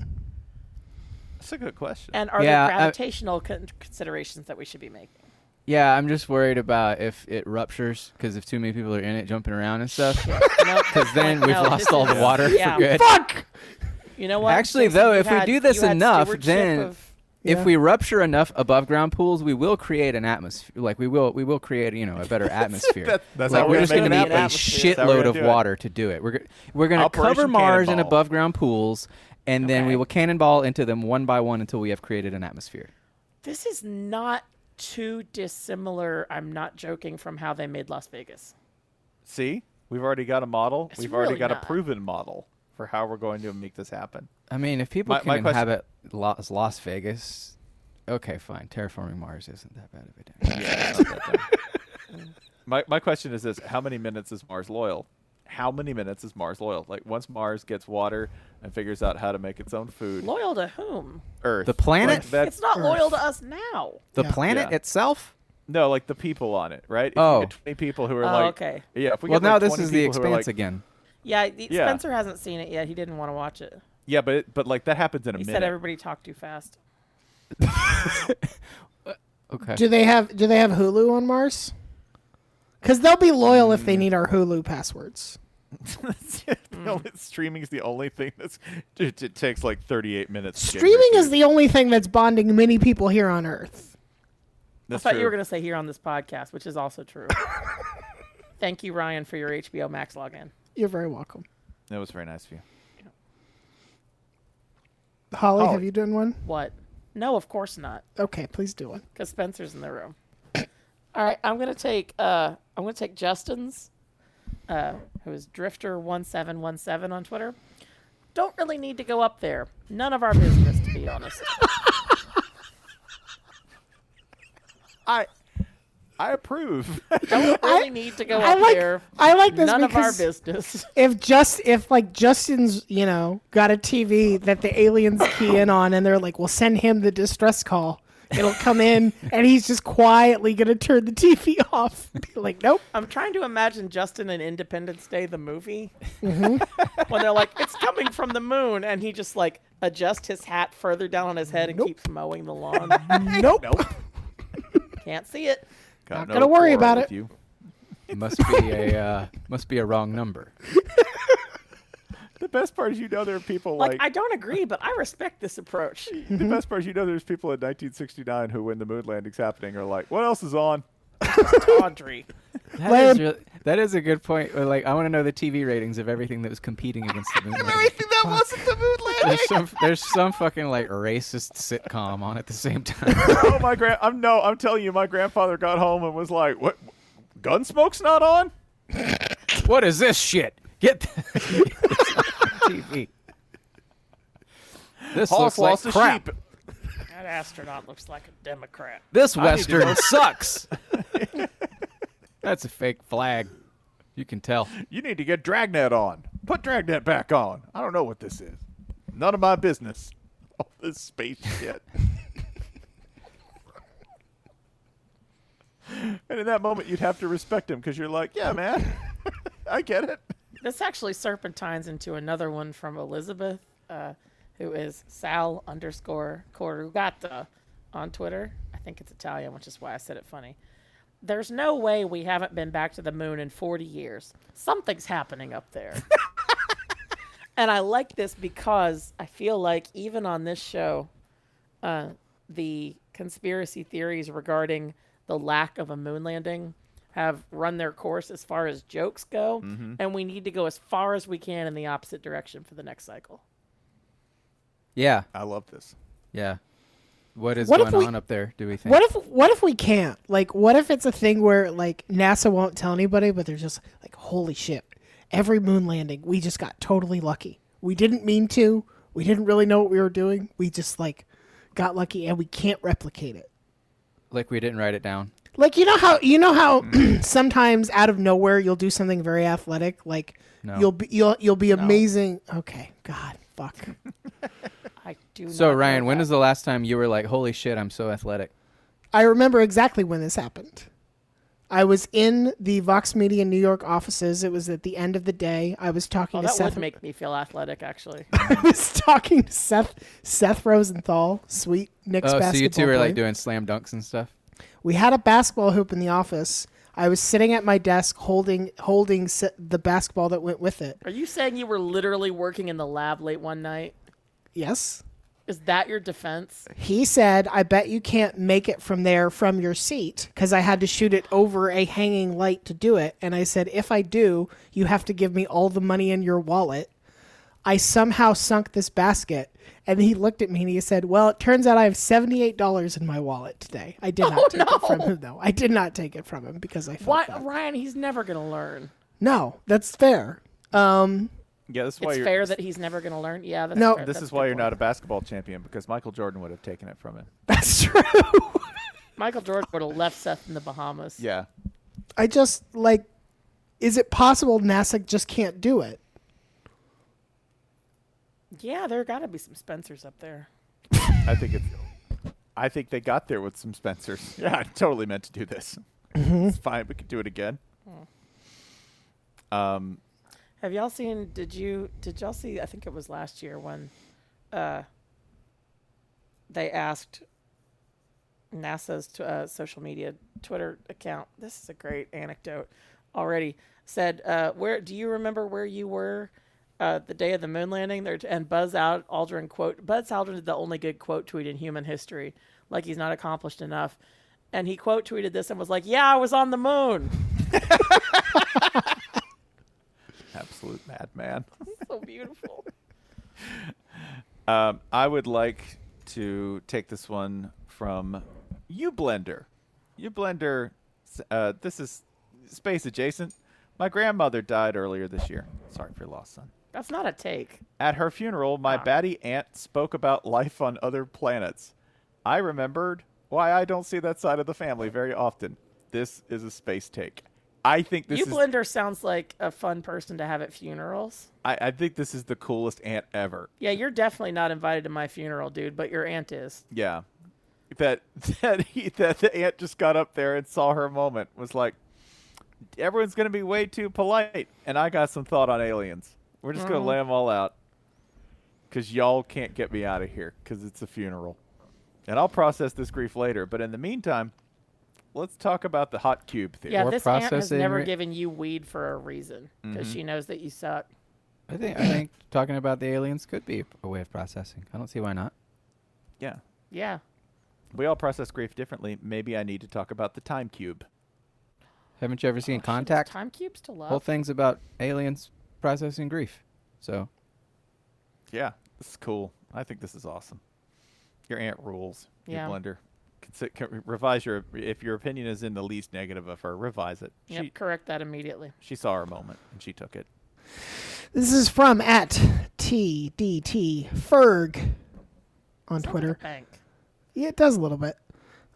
That's a good question.
And are
Yeah, I-
there gravitational con- considerations that we should be
*laughs*
making?
Yeah, I'm just worried about if it ruptures because if too many people are in it jumping around and stuff.
Nope.
Because then we've
No, this
lost all the
is-
water
yeah.
for good.
You know what?
Actually,
Jason,
though,
you
if
had-
we do this
you had
enough,
stewardship
then
of-
if
Yeah.
we rupture enough above ground pools, we will create an atmosphere. Like we will, we will create you know a
*laughs*
better atmosphere.
That's- that's
like
how we're
we're just
gonna make
going to
it
need a
happen. That's how we're
shitload
gonna
of
do it.
water to do it. We're go- we're going to
Operation
cover Mars in
Cannonball.
above ground pools, and then we will cannonball into them one by one until we have created an atmosphere.
This is not too dissimilar. I'm not joking from how they made Las Vegas.
See, we've already got a model.
It's
we've already
really
got a
not.
proven model for how we're going to make this happen.
I mean, if people
My-
can
my question-
inhabit Las, Las Vegas, okay, fine. Terraforming Mars isn't that bad of a
Yeah. my my question is this: How many minutes is Mars loyal? How many minutes is Mars loyal? Like once Mars gets water and figures out how to make its own food,
Loyal to whom?
Earth,
The planet?
Like, that-
it's not loyal to us now.
The planet
Yeah.
itself?
No, like the people on it, right? If we
Oh.
get twenty people who are
Oh,
like,
okay.
yeah. If we
well,
get,
now
like,
this
20
is the
people who are
expanse
like-
again.
Yeah, the,
Yeah.
Spencer hasn't seen it yet. He didn't want to watch it.
Yeah, but it, but like that happens in a
He
minute.
said
*laughs*
everybody talked too fast.
okay.
Do they have Do they have Hulu on Mars? Because they'll be loyal if they need our Hulu passwords.
The only- streaming's the only thing that's. It, it takes like thirty-eight minutes. to get your-
Streaming is the only thing that's bonding many people here on Earth.
That's
I thought you were
true.
going to say here on this podcast, which is
*laughs*
also true. Thank you, Ryan, for your HBO Max login.
You're very welcome.
That was very nice of you.
Holly,
Oh.
have you done one?
What? No, of course not.
Okay, please do one.
because Spencer's in
*coughs*
the room. All right, I'm gonna take uh, I'm gonna take Justin's, uh, who is Drifter one seven one seven on Twitter. Don't really need to go up there. None of our business, to
*laughs*
be honest.
I I approve. *laughs*
Don't really need to go
I
up
like-
there.
I like this
None of our
because
business.
If just if like Justin's, you know, got a TV that the aliens key *coughs* in on, and they're like, "We'll send him the distress call." It'll come in, and he's just quietly gonna turn the TV *laughs* off. Be like, nope.
I'm trying to imagine Justin in Independence Day the movie
Mhm.
Mm-hmm.
*laughs* when they're like, "It's coming from the moon," and he just like adjusts his hat further down on his head and keeps mowing
*laughs*
the lawn.
nope.
Can't see it.
Got
Not gonna worry
quarrel
about
with
it.
You.
must be a uh, must be a wrong number.
The best part is you know there are people
like,
like,
I don't agree, but I respect
*laughs*
this approach.
the best part is you know there's people in 1969 who when the moon landing's happening are like, what else is on? *coughs*
Audrey.
That is, really, that is a good point. where, Like, I want to know the TV ratings of everything that was competing against the moon. landing.
that wasn't the mood
There's some, there's some fucking like racist sitcom on at the same time.
oh my grand! I'm no, I'm telling you, my grandfather got home and was like, what? Gunsmoke's not on.
what is this shit? Get th- *laughs* TV. This
Hawk
looks like
lost a
crap.
sheep.
That astronaut looks like a Democrat.
This
I need to
western
go-
*laughs* sucks. That's a fake flag. You can tell.
You need to get Dragnet on. Put Dragnet back on. I don't know what this is. None of my business. *laughs* All this space shit. *laughs* and in that moment, you'd have to respect him because you're like, yeah, man, *laughs* I get it.
This actually serpentines into another one from Elizabeth, uh, who is Sal underscore Corrugata on Twitter. I think it's Italian, which is why I said it funny. There's no way we haven't been back to the moon in 40 years. Something's happening up there. and I like this because I feel like even on this show, uh, the conspiracy theories regarding the lack of a moon landing have run their course as far as jokes go,
Mm-hmm.
Mhm.
and we need to go as far as we can in the opposite direction for the next cycle.
Yeah.
I love this.
Yeah. What is
What if
going
we-
on up there, do we think?
What if what if we can't? Like what if it's a thing where like NASA won't tell anybody but they're just like holy shit. Every moon landing we just got totally lucky. We didn't mean to. We didn't really know what we were doing. We just like got lucky and we can't replicate it.
like we didn't write it down?
Like you know how you know how
Mm.
*clears throat* sometimes out of nowhere you'll do something very athletic like
No.
you'll be you'll you'll be
No.
amazing. Okay. God, fuck.
I do
So Ryan, when was the last time you were like, "Holy shit, I'm so athletic"?
I remember exactly when this happened. I was in the Vox Media New York offices. It was at the end of the day. I was talking
Oh,
to
that
Seth.
would make me feel athletic, actually.
*laughs* I was talking to Seth Seth Rosenthal, sweet Knicks
oh, so
basketball
you two were
player.
like doing slam dunks and stuff.
we had a basketball hoop in the office. I was sitting at my desk holding holding s- the basketball that went with it.
Are you saying you were literally working in the lab late one night?
Yes.
Is that your defense?
He said, "I bet you can't make it from there from your seat because I had to shoot it over a hanging light to do it." And I said, "If I do, you have to give me all the money in your wallet." I somehow sunk this basket, and he looked at me and he said, "Well, it turns out I have seventy-eight dollars in my wallet today. I did not take it from him, though. I did not take it from him because I felt
Why,
bad.
Ryan? He's never gonna learn.
no, that's fair. Um, *laughs*
Yeah, that's why
It's
you're.
fair that he's never gonna learn. Yeah, that's fair.
this
That's
is
a
why
good
you're
point.
not a basketball champion because Michael Jordan would have taken
*laughs*
it from him.
Michael Jordan would have left Seth in the Bahamas.
Yeah.
I just like, is it possible NASA just can't do it?"
Yeah, there got to be some Spencers up there.
I think it's. I think they got there with some Spencers. *laughs* Yeah, I totally meant to do this.
Mm-hmm.
It's fine. We could do it again. Um,
Have y'all seen? Did you? Did y'all see? I think it was last year when, uh, they asked NASA's t- uh, social media Twitter account. This is a great anecdote. Already said, uh, where do you remember where you were? Uh, the day of the moon landing, there and Buzz Al- Aldrin quote Buzz Aldrin did the only good quote tweet in human history, like he's not accomplished enough, and he quote tweeted this and was like, "Yeah, I was on the moon." *laughs*
absolute madman. *laughs*
so beautiful.
Um, I would like to take this one from you, Blender. You, Blender. s- Uh, this is space adjacent. My grandmother died earlier this year. Sorry for your loss, son.
That's not a take.
At her funeral, my batty aunt spoke about life on other planets. I remembered why I don't see that side of the family very often. This is a space take. I think this
you
is
blender sounds like a fun person to have at funerals.
I, I think this is the coolest aunt ever.
Yeah, you're definitely not invited to my funeral, dude, but your aunt is.
Yeah. That *laughs* that he, that the aunt just got up there and saw her moment was like everyone's going to be way too polite and I got some thought on aliens. We're just going
Mhm.
to lay them all out cuz y'all can't get me out of here cuz it's a funeral. And I'll process this grief later, but in the meantime, let's talk about the hot cube theory.
yeah, this aunt has never given you weed for a reason because
Mhm.
she knows that you suck.
I think I *clears throat* think talking about the aliens could be a way of processing. I don't see why not.
Yeah.
Yeah.
We all process grief differently. Maybe I need to talk about the time cube.
Haven't you ever seen Contact?
Time cubes to love.
Whole thing's about aliens processing grief. So
Yeah, this is cool. I think this is awesome. Your aunt rules.
Yeah.
Your blender. Consi- c- revise your if your opinion is in the least negative of her. Revise it.
Yep,
She
correct that immediately.
she saw her moment and she took it.
This is from at TDT Ferg on Twitter.
bank.
Yeah, it does a little bit.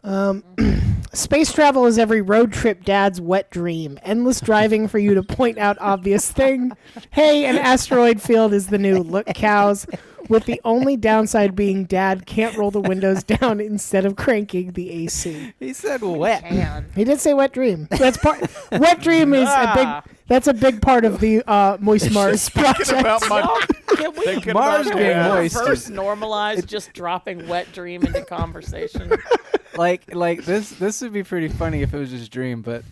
Um, *clears throat* space travel is every road trip dad's wet dream. Endless driving for you to point out obvious thing. Hey, an asteroid field is the new look cows. With the only downside being dad can't roll the windows down *laughs* instead of cranking the AC.
He said wet.
*laughs* He did say wet dream. That's part. wet dream is a
Ah.
big. That's a big part of the uh, Moist Mars project.
Can we
Thinking Mars about being
uh,
that. moist
First,
is-
normalize just dropping wet dream into conversation.
like like this this would be pretty funny if it was just a dream, but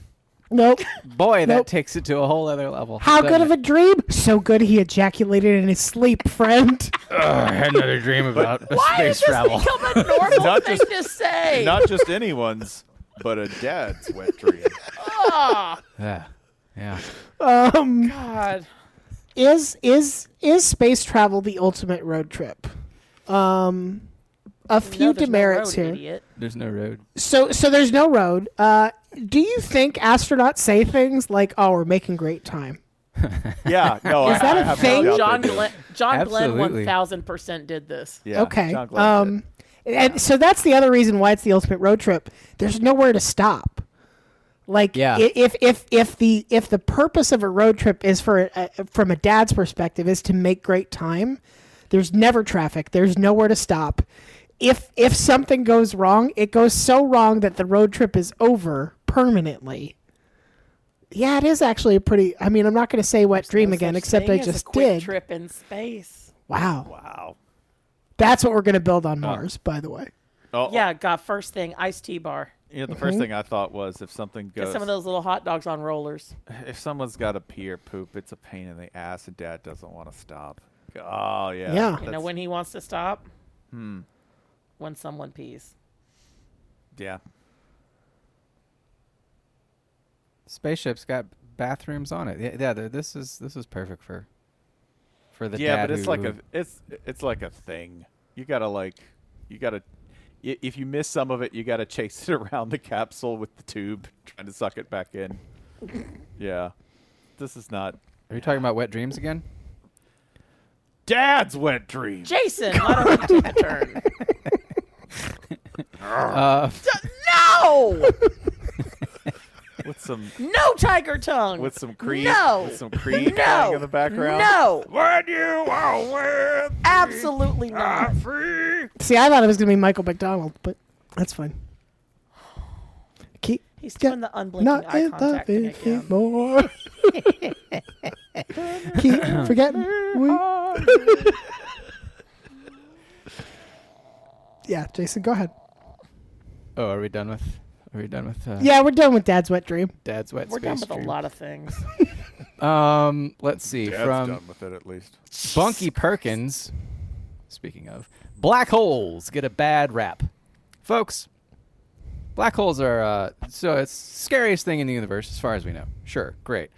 Nope.
boy, that
Nope.
takes it to a whole other level.
How
doesn't
good of
it?
a dream? So good he ejaculated in his sleep, *laughs* friend.
Ugh, I had another dream
*laughs*
about
Why
space
did this
travel.
become a normal
Not
thing
just-
to say?
Not just anyone's, but a dad's
*laughs*
wet dream.
Ah.
Yeah. Yeah.
Um,
God.
Is is is space travel the ultimate road trip? Um, a few
No, there's no
demerits
road,
here.
idiot.
There's no road.
So so there's no road. Uh, do you think astronauts say things like, "Oh, we're making great time"?
Yeah, no,
Is
I,
that
I
a
have no
thing?
doubt they
John
do.
Glenn, John Glenn,
Absolutely.
one thousand percent did this.
Yeah,
okay.
John Glenn
Um, and so that's the other reason why it's the ultimate road trip. There's nowhere to stop. Like
Yeah.
i- if if if the if the purpose of a road trip is for uh, from a dad's perspective is to make great time, there's never traffic. There's nowhere to stop. If if something goes wrong, it goes so wrong that the road trip is over permanently. Yeah, it is actually a pretty. I mean, I'm not going to say wet dream again, except I
Thing is a
just
quick
did.
trip in space.
Wow.
Wow.
That's what we're going to build on Mars, by the way.
Oh,
Yeah, got first thing iced tea bar.
You know, the first
Mhm.
thing I thought was if something
Get
goes,
some of those little hot dogs on rollers.
if someone's got to pee or poop, it's a pain in the ass, and Dad doesn't want to stop. Oh yeah.
You know
that's-
when he wants to stop?
hmm,
When someone pees.
yeah.
Spaceship's got bathrooms on it. Yeah, yeah th- this is this is perfect for for the
yeah,
dad
but it's
who-
like
who-
a it's it's like a thing. You gotta like you gotta i- if you miss some of it, you gotta chase it *laughs* around the capsule with the tube, trying to suck it back in. yeah, this is not
Are you talking about wet dreams
*laughs*
again?
Dad's wet dream.
Jason, why don't you take a
*laughs*
turn?
Uh,
No!
with some
No tiger tongue.
with some cream
No.
with some cream
No.
playing in the background.
No.
What do you want with
Absolutely not.
See, I thought it was going to be Michael McDonald, but That's fine. Keep.
He's doing the unblinking
not
eye
in
contact
the
thing again.
anymore.
*coughs*
Keep forgetting. We... yeah, Jason, go ahead.
Oh, are we done with? Are we done with? Uh,
yeah, we're done with Dad's wet dream.
Dad's wet.
We're done
space
with a
dream.
lot of things.
Um, let's see.
Dad's
from
done with it, at least.
Bunky Perkins. Speaking of black holes, get a bad rap, folks. Black holes are uh, so it's scariest thing in the universe as far as we know. Sure, great.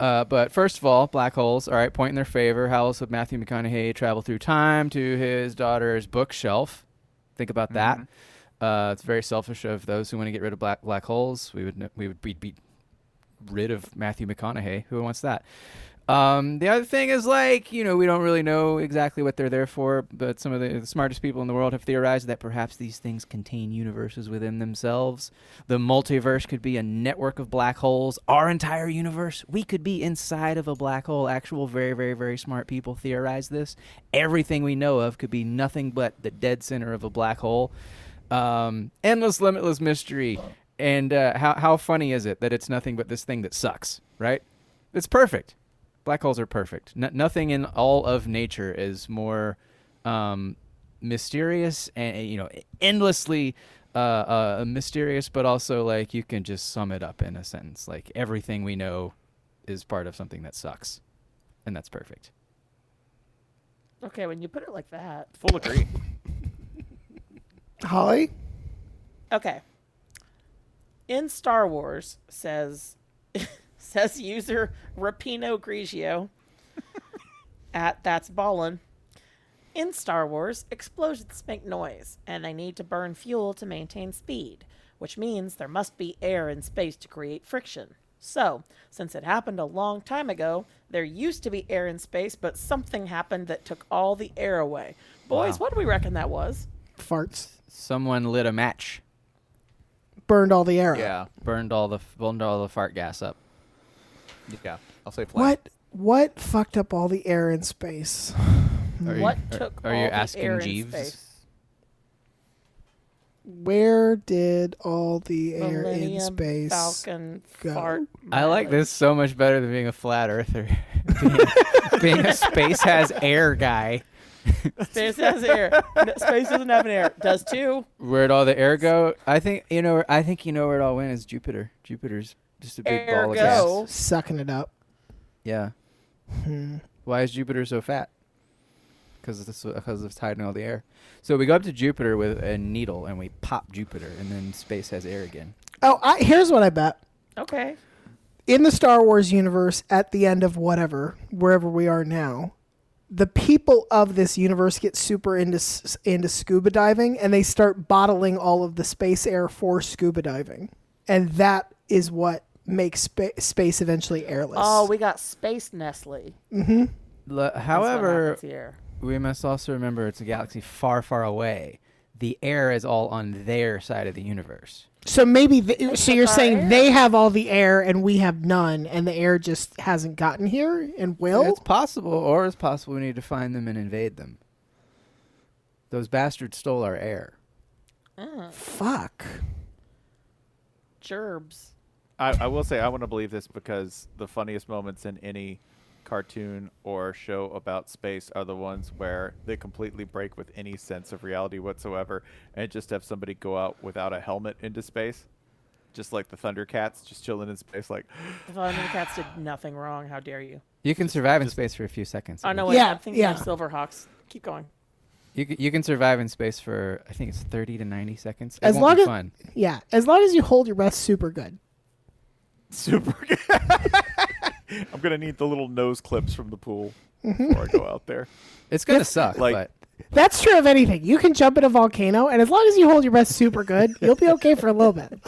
Uh, but first of all, black holes. All right, point in their favor. How else would Matthew McConaughey travel through time to his daughter's bookshelf? Think about that. Uh, it's very selfish of those who want to get rid of black black holes. We would kn- we would be, be rid of Matthew McConaughey. Who wants that? Um, the other thing is like you know we don't really know exactly what they're there for, but some of the, the smartest people in the world have theorized that perhaps these things contain universes within themselves. The multiverse could be a network of black holes. Our entire universe, we could be inside of a black hole. Actual very very very smart people theorize this. Everything we know of could be nothing but the dead center of a black hole. Um, endless limitless mystery. And uh, how how funny is it that it's nothing but this thing that sucks, right? It's perfect. Black holes are perfect. N- nothing in all of nature is more um, mysterious and eh, you know endlessly uh, uh, mysterious, but also like you can just sum it up in a sentence. Like everything we know is part of something that sucks, and that's perfect.
*laughs* Okay, when you put it like that.
Full *laughs* agree.
Holly?
Okay. In Star Wars says *laughs* says user Rapino Grigio at that's ballin. In Star Wars, explosions make noise, and they need to burn fuel to maintain speed, which means there must be air in space to create friction. So, since it happened a long time ago, there used to be air in space, but something happened that took all the air away. Boys,
Wow.
what do we reckon that was?
Farts.
Someone lit a match.
Burned all the air. out.
Yeah, burned all the burned all the fart gas up.
Yeah, I'll say flat.
What? What fucked up all the air in space?
Are you-
What
are-
took
are
all
you
the
asking
air in
Jeeves?
space?
Where did all the air in
Millennium
space
Falcon
go? *laughs*
fart.
I like this so much better than being a flat earther. *laughs* being, being a space has air guy.
Space has air. No, space doesn't have an air. Does too.
Where'd all the air go? I think you know. I think you know where it all went is Jupiter. Jupiter's just a big ball of gas.
Sucking it up.
Yeah.
Hmm.
Why is Jupiter so fat? Because this because it's hiding all the air. So we go up to Jupiter with a needle and we pop Jupiter, and then space has air again.
Oh, I, here's what I bet.
Okay.
In the Star Wars universe, at the end of whatever, wherever we are now, the people of this universe get super into s- into scuba diving, and they start bottling all of the space air for scuba diving, and that is what makes spa- space eventually airless.
Oh, we got space Nestle.
mm-hmm.
Le- however,
happens here.
we must also remember it's a galaxy far, far away. The air is all on their side of the universe.
So maybe th- so you're saying they have all the air and we have none, and the air just hasn't gotten here and will.
It's possible, or it's possible we need to find them and invade them. Those bastards stole our air.
Mm,
Fuck.
gerbs.
I, I will say I want to believe this because the funniest moments in any cartoon or show about space are the ones where they completely break with any sense of reality whatsoever and just have somebody go out without a helmet into space. Just like the Thundercats just chilling in space like *gasps*
The Thundercats *sighs* did nothing wrong. How dare you?
You can survive in space for a few seconds.
Oh
I
no,
know.
wait,
Yeah,
I'm thinking of
yeah.
Silverhawks. Keep going.
You, c- you can survive in space for I think it's thirty to ninety seconds. It
As
won't
long
be
as
fun.
yeah, as long as you hold your breath super good.
super *laughs* I'm gonna need the little nose clips from the pool
Mhm.
before I go
*laughs*
out there.
It's gonna suck,
Like
That's true of anything. You can jump in a volcano, and as long as you hold your breath super good, you'll be okay for a little bit.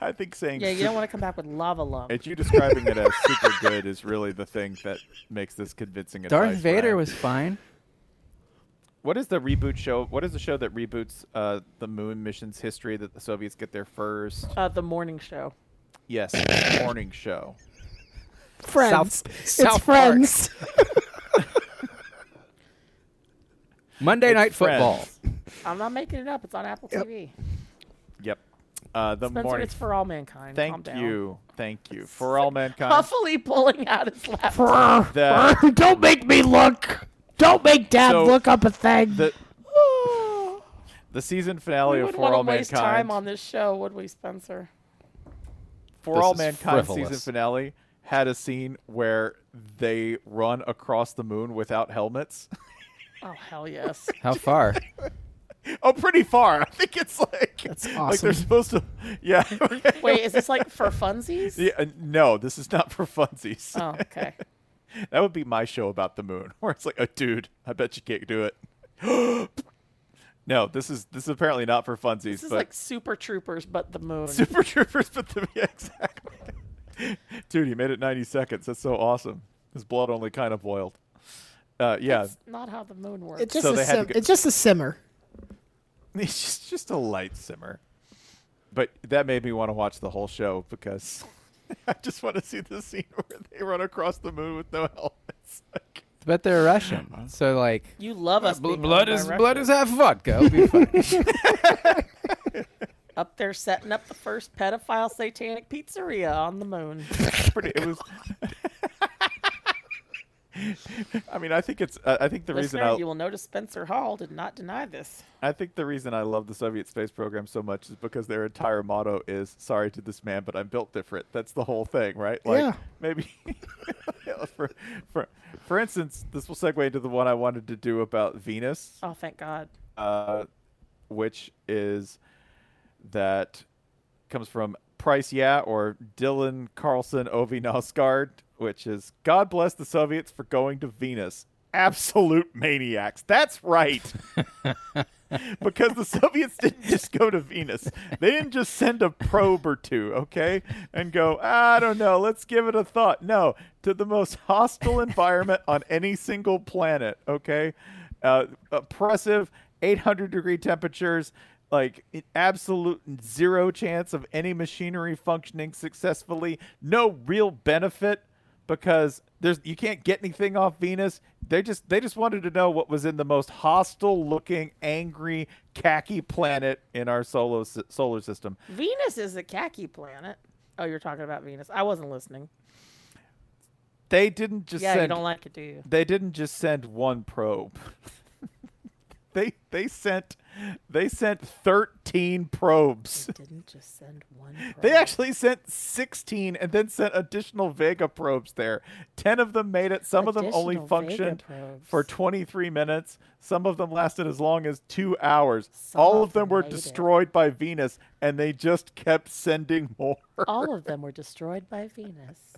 I think saying
Yeah, you
super- *laughs*
don't want to come back with lava lump.
And you describing it as super good is really the thing that makes this convincing.
Darth
advice,
Vader
Ryan.
was fine.
What is the reboot show? What is the show that reboots uh, the moon mission's history that the Soviets get there first?
Uh, the morning show.
Yes, *coughs* morning show.
*laughs* Friends.
South-
it's
South
friends.
Monday Night
Friends.
Football.
I'm not making it up. It's on Apple TV.
Yep. Uh, the
Spencer,
morning.
it's for all mankind. Calm
Thank
down. *laughs*
you. Thank you. For all mankind.
Huffily pulling out his laptop.
The-
Don't make me look. Don't make Dad
So,
look up a thing.
*laughs*
The, the season finale
we
of
wouldn't
For All
want to waste time
Mankind.
on this show, would we, Spencer?
For
This
All
is
Mankind season
frivolous.
finale had a scene where they run across the moon without helmets. *laughs*
Oh hell yes.
How far?
oh, pretty far. I think it's like like
awesome.
they're supposed to. Yeah. *laughs*
Wait, is this like for funsies?
Yeah, uh, no, this is not *laughs* for funsies.
Oh, okay.
that would be my show about the moon, *laughs* where it's like, oh, dude, I bet you can't do it. *gasps* no, this is this is apparently not for funsies.
This is
but
like Super Troopers, but the moon.
*laughs* Super Troopers, but the *laughs* yeah, exactly. *laughs* dude, he made it 90 seconds. That's so awesome. His blood only kind of boiled. Uh, yeah,
That's not how the moon works.
It's just
so
a
they had to
sim-
go-
it's just a simmer.
*laughs* it's just, just a light simmer. But that made me want to watch the whole show because *laughs* I just want to see the scene *laughs* where they run across the moon with no helmets. *laughs*
But they're Russian, so like
You love us.
bl-
being
blood
owned by
is
Russia.
blood is half vodka. It'll
*laughs*
be fine.
up there setting up the first pedophile satanic pizzeria on the moon.
Pretty, it was. I mean, I think it's. I I think *laughs* the reason
Listener,
I.
you will notice Spencer Hall did not deny this.
I think the reason I love the Soviet space program so much is because their entire motto is "Sorry to this man, but I'm built different." That's the whole thing, right? Like
Yeah.
maybe *laughs* for, for for instance, this will segue into the one I wanted to do about Venus,
Oh, thank God.
uh, which is that comes from Price Yeah or Dylan Carlson Ovi Nosgard, which is God bless the Soviets for going to Venus. Absolute maniacs. That's right. because the Soviets didn't just go to Venus. They didn't just send a probe or two, okay? And go, I don't know, let's give it a thought. No, to the most hostile environment on any single planet, okay? Uh, oppressive, 800 degree temperatures, like i- absolute zero chance of any machinery functioning successfully, no real benefit because there's you can't get anything off Venus. They just they just wanted to know what was in the most hostile looking, angry, khaki planet in our solo s- solar system.
Venus is a khaki planet. Oh, you're talking about Venus. I wasn't listening.
They didn't just
yeah,
send,
you don't like it, do you?
They didn't just send one probe. *laughs* they they sent they sent 13 probes.
Didn't just send one.
They actually sent 16 and then sent additional Vega probes there. 10 of them made it. Some of them only
Additional Vega
functioned
probes.
for 23 minutes. Some of them lasted as long as two hours. All of them were
made it.
destroyed by Venus and they just kept sending *laughs* more.
All of them were destroyed by
*laughs*
Venus.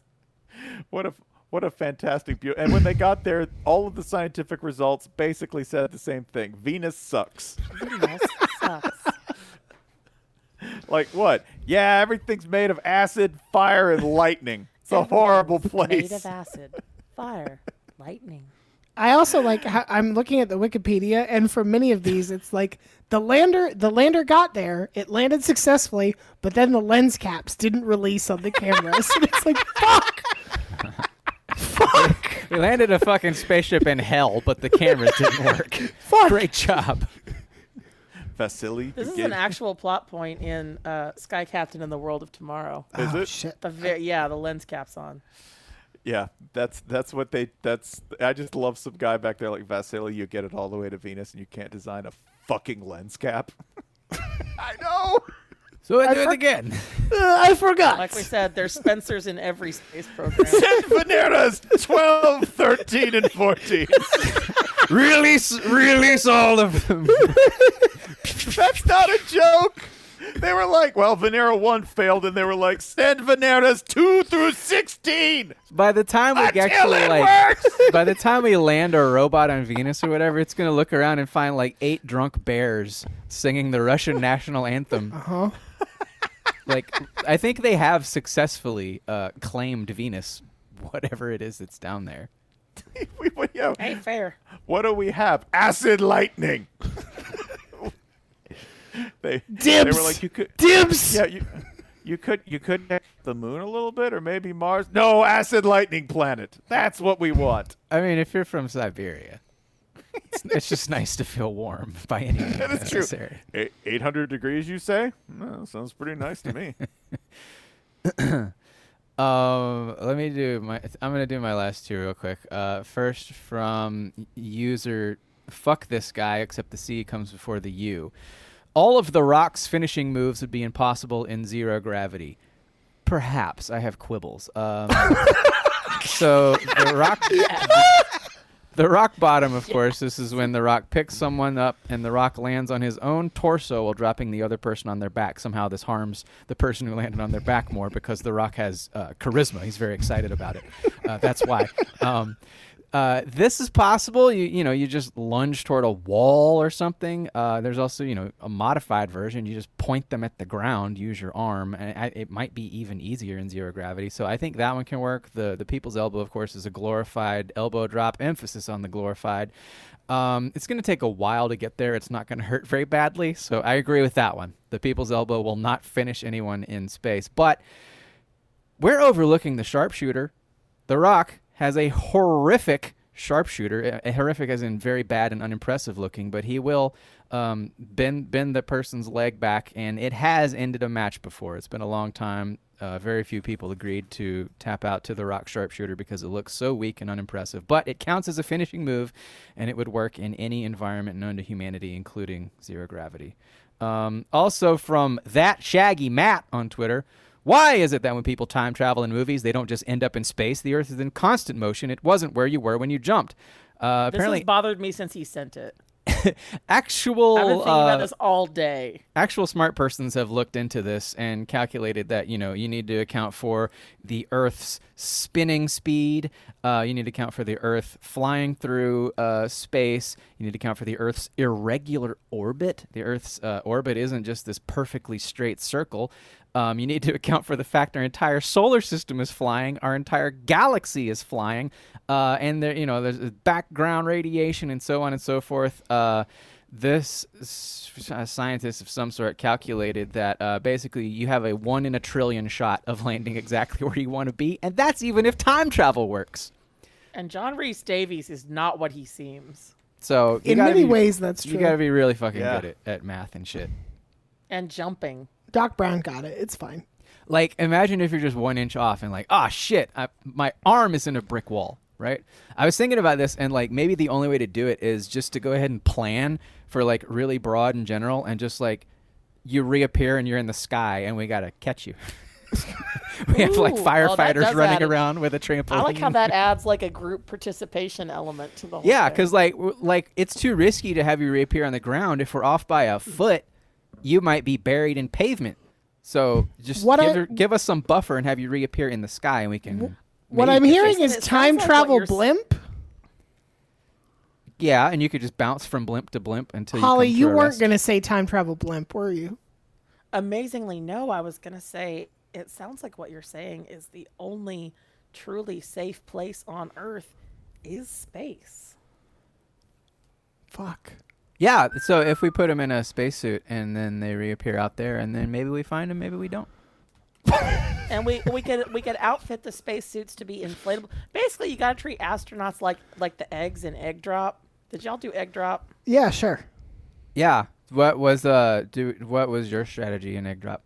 what a what a fantastic view. And when they got there, all of the scientific results basically said the same thing. Venus sucks.
Venus sucks.
like what? Yeah, everything's made of acid, fire and lightning. It's a horrible place.
Made of acid, fire, lightning.
I also like how I'm looking at the Wikipedia, and for many of these, it's like the lander. The lander got there; it landed successfully, but then the lens caps didn't release on the cameras. *laughs* and it's like, fuck.
we landed a fucking spaceship in hell, but the cameras *laughs* didn't work. Great job.
Vasily
This is
Gagin-
an actual plot point in uh, Sky Captain and the World of Tomorrow.
Is it?
The ve- yeah, the lens cap's on.
Yeah, that's that's what they that's I just love some guy back there like Vasily, you get it all the way to Venus and you can't design a fucking lens cap. *laughs* I know.
So
I do it for- again. Uh, I forgot.
Like we said, there's Spencers in every space
*laughs*
program.
Send Veneras 12, 13 and 14.
*laughs* Release, release all of them.
*laughs* that's not a joke. They were like, well, Venera 1 failed and they were like, send Veneras 2 through 16.
*laughs* By the time we
Until
actually
it
like, *laughs* by the time we land our robot on Venus or whatever, it's gonna look around and find like eight drunk bears singing the Russian *laughs* national anthem. Uh
huh.
*laughs* Like, I think they have successfully uh, claimed Venus, whatever it is that's down there.
*laughs* We, we, yo,
Ain't fair.
what do we have? Acid *laughs* lightning. they They
Dibs.
were like, you could
Dibs.
Yeah, you, you could you could hit the moon a little bit or maybe Mars. No, acid lightning planet. That's what we want.
I mean, if you're from Siberia, it's, it's just nice to feel warm *laughs* by any means
*laughs* That is
necessary.
true. E- 800 degrees, you say? No, sounds pretty nice to *laughs* me.
Um, let me do my. I'm gonna do my last two real quick. Uh, first from user, fuck this guy. Except the C comes before the U. All of the rock's finishing moves would be impossible in zero gravity. Perhaps I have quibbles.
*laughs*
Um, so the rock. The rock bottom, of course, this is when the rock picks someone up and the rock lands on his own torso while dropping the other person on their back. Somehow this harms the person who landed on their back more because the rock has uh, charisma. He's very excited about it. Uh, that's why. Um, uh, this is possible. You you know you just lunge toward a wall or something. Uh, there's also you know a modified version. You just point them at the ground. Use your arm. And I, it might be even easier in zero gravity. So I think that one can work. The the people's elbow, of course, is a glorified elbow drop. Emphasis on the glorified. Um, it's going to take a while to get there. It's not going to *laughs* hurt very badly. So I agree with that one. The people's elbow will not finish anyone in space, but we're overlooking the sharpshooter. The Rock has a horrific sharpshooter, a, a horrific as in very bad and unimpressive looking, but he will um, bend bend the person's leg back, and it has ended a match before. It's been a long time. Uh, very few people agreed to tap out to the Rock sharpshooter because it looks so weak and unimpressive, but it counts as a finishing move, and it would work in any environment known to humanity, including zero gravity. Um, also from that Shaggy Matt on Twitter. Why is it that when people time travel in movies, they don't just end up in space? The Earth is in constant motion. It wasn't where you were when you jumped. Uh,
This
apparently,
has bothered me since he sent it.
actual
I've been thinking
uh,
about this all day.
actual smart persons have looked into this and calculated that you know you need to account for the Earth's spinning speed. Uh, you need to account for the Earth flying through uh, space. You need to account for the Earth's irregular orbit. The Earth's uh, orbit isn't just this perfectly straight circle. Um, you need to account for the fact our entire solar system is flying, our entire galaxy is flying, uh, and there, you know, there's uh, background radiation and so on and so forth. Uh, this s- uh, scientist of some sort calculated that uh, basically you have a one in a trillion shot of landing exactly *laughs* where you want to be, and that's even if time travel works.
And John Reese Davies is not what he seems.
So you
In
gotta
many
be-
ways, that's
You
true.
got to be really fucking
Yeah.
good at, at math and shit.
And jumping.
Doc Brown got it. It's fine.
Like, imagine if you're just one inch off and like, ah, shit, I, my arm is in a brick wall, right? I was thinking about this, and like, maybe the only way to do it is just to go ahead and plan for like really broad and general, and just like, you reappear and you're in the sky, and we gotta catch you. *laughs* we have like
Ooh, oh, that
firefighters
does add
running
it.
around with a trampoline.
I like how that adds like a group participation element to the whole
Yeah,
thing.
because like w- like it's too risky to have you reappear on the ground. If we're off by a foot, you might be buried in pavement. So just
What
give,
I-
her- give us some buffer and have you reappear in the sky, and we can.
What
maybe-
I'm hearing is
it sounds
time
like what
travel
you're s-
blimp.
Yeah, and you could just bounce from blimp to blimp until.
Holly,
you,
you weren't going to say time travel blimp, were you?
Amazingly, no, I was going to say it sounds like what you're saying is the only truly safe place on Earth is space.
Fuck.
Yeah, so if we put them in a spacesuit and then they reappear out there, and then maybe we find them, maybe we don't.
And we, we could we could outfit the spacesuits to be inflatable. Basically, you got to treat astronauts like like the eggs in Egg Drop. Did y'all do Egg Drop?
Yeah, sure.
Yeah. What was uh do what was your strategy in egg drop?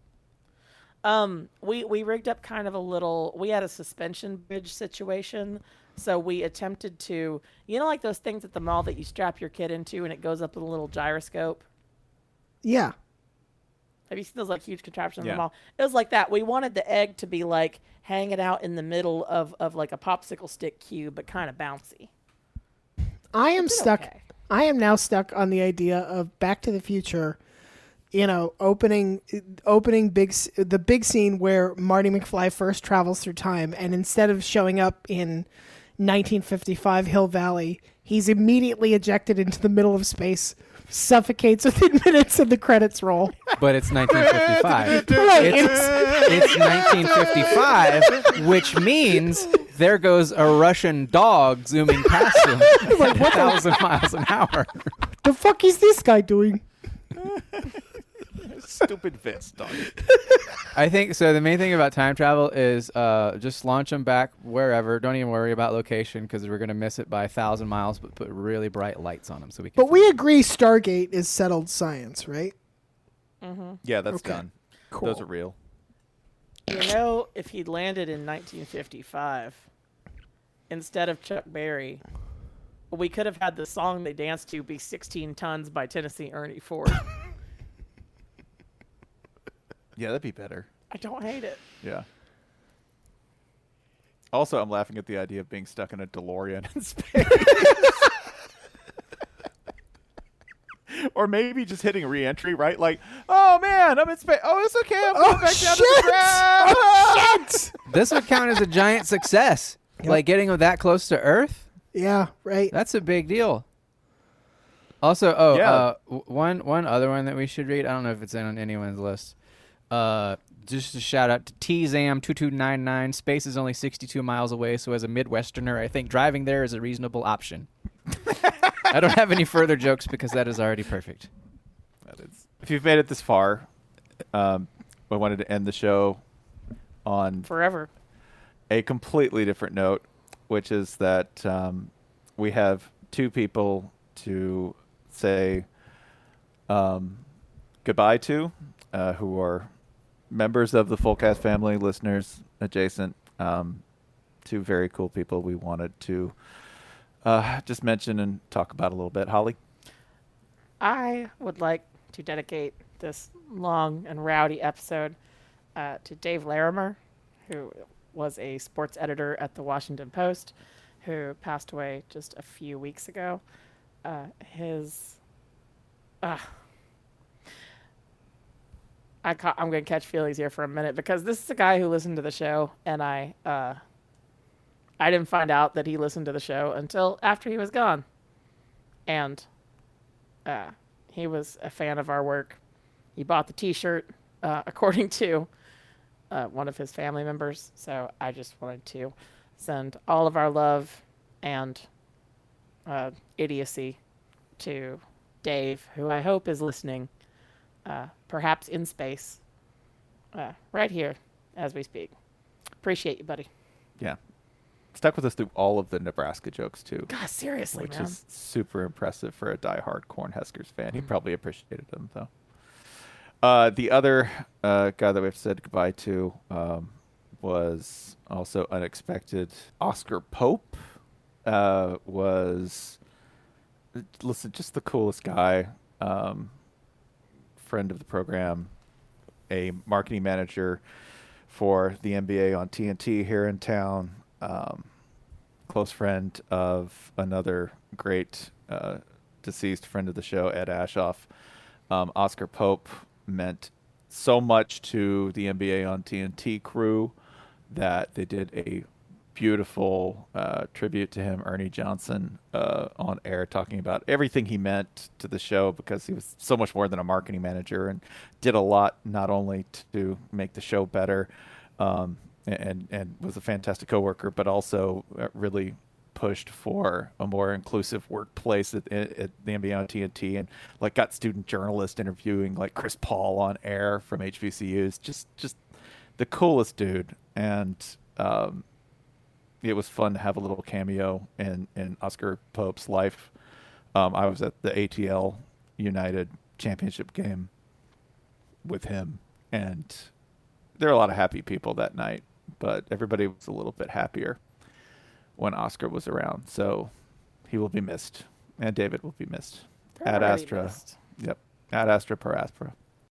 Um, we we rigged up kind of a little. We had a suspension bridge situation, so we attempted to, you know, like those things at the mall that you strap your kid into and it goes up with a little gyroscope.
Yeah.
Have you seen those like huge contraptions in
Yeah.
the mall? It was like that. We wanted the egg to be like hanging out in the middle of of like a popsicle stick cube, but kind of bouncy.
I am stuck. I am now stuck on the idea of Back to the Future. You know, opening opening big s- the big scene where Marty McFly first travels through time, and instead of showing up in 1955 Hill Valley, he's immediately ejected into the middle of space, suffocates within *laughs* minutes, and the credits roll.
But it's *laughs* 1955.
Right,
it's, it's 1955, which means there goes a Russian dog zooming past *laughs* him at a thousand miles an hour.
the fuck is this guy doing?
stupid vest, dog.
I think so. The main thing about time travel is uh, just launch them back wherever. Don't even worry about location because we're gonna miss it by a thousand miles. But put really bright lights on them so we can.
But we agree Stargate is settled science, right?
Mm-hmm.
Yeah, that's
Okay.
done.
Cool.
Those are real.
You know, if he'd landed in 1955 instead of Chuck Berry, we could have had the song they danced to be 16 Tons by Tennessee Ernie Ford.
Yeah, that'd be better.
I don't hate it.
Yeah. Also, I'm laughing at the idea of being stuck in a DeLorean in space. *laughs* or maybe just hitting re-entry, right? Like, oh man, I'm in space. Oh, it's okay. I'm going back down to the ground.
*laughs* this would count as a giant success. Like getting them that close to Earth.
Yeah, right.
That's a big deal. Also, oh,
Yeah.
uh, w- one one other one that we should read. I don't know if it's in on anyone's list. Uh, just a shout out to TZAM two two nine nine. Space is only sixty two miles away, so as a Midwesterner, I think driving there is a reasonable option. *laughs* I don't have any further jokes because that is already perfect.
If you've made it this far, um, I wanted to end the show on
Forever.
a completely different note, which is that um, we have two people to say um, goodbye to uh, who are members of the Fullcast family, listeners, adjacent. Um, two very cool people we wanted to uh, just mention and talk about a little bit. Holly?
I would like to dedicate this long and rowdy episode uh, to Dave Larimer, who was a sports editor at the Washington Post, who passed away just a few weeks ago. Uh, his. Uh, I ca- I'm going to catch feelings here for a minute because this is a guy who listened to the show, and I. Uh, I didn't find out that he listened to the show until after he was gone. And uh, he was a fan of our work. He bought the T-shirt, uh, *laughs* according to uh, one of his family members. So I just wanted to send all of our love and uh, idiocy to Dave, who I hope is listening, uh, perhaps in space, uh, right here as we speak. Appreciate you, buddy.
Yeah. Stuck with us through all of the Nebraska jokes, too.
God, seriously,
Which
man. Mm-hmm.
is super impressive for a diehard Cornhuskers fan. He probably appreciated them, though. Uh, the other uh, guy that we've said goodbye to um, was also unexpected. Oscar Pope uh, was, listen, just the coolest guy, um, friend of the program, a marketing manager for the NBA on TNT here in town. Um, close friend of another great uh, deceased friend of the show, Ed Ashoff. Um, Oscar Pope meant so much to the NBA on TNT crew that they did a beautiful uh, tribute to him, Ernie Johnson, uh, on air, talking about everything he meant to the show because he was so much more than a marketing manager and did a lot not only to make the show better um, and and was a fantastic coworker, but also uh, really pushed for a more inclusive workplace at, at at the NBA on TNT and like got student journalists interviewing like Chris Paul on air from HBCUs. Just just the coolest dude and. Um, it was fun to have a little cameo in, in Oscar Pope's life. Um, I was at the ATL United championship game with him, and there were a lot of happy people that night, but everybody was a little bit happier when Oscar was around. So he will be missed, and David will be missed.
They're
At
already
Astra.
missed.
Yep. At Astra per Aspera.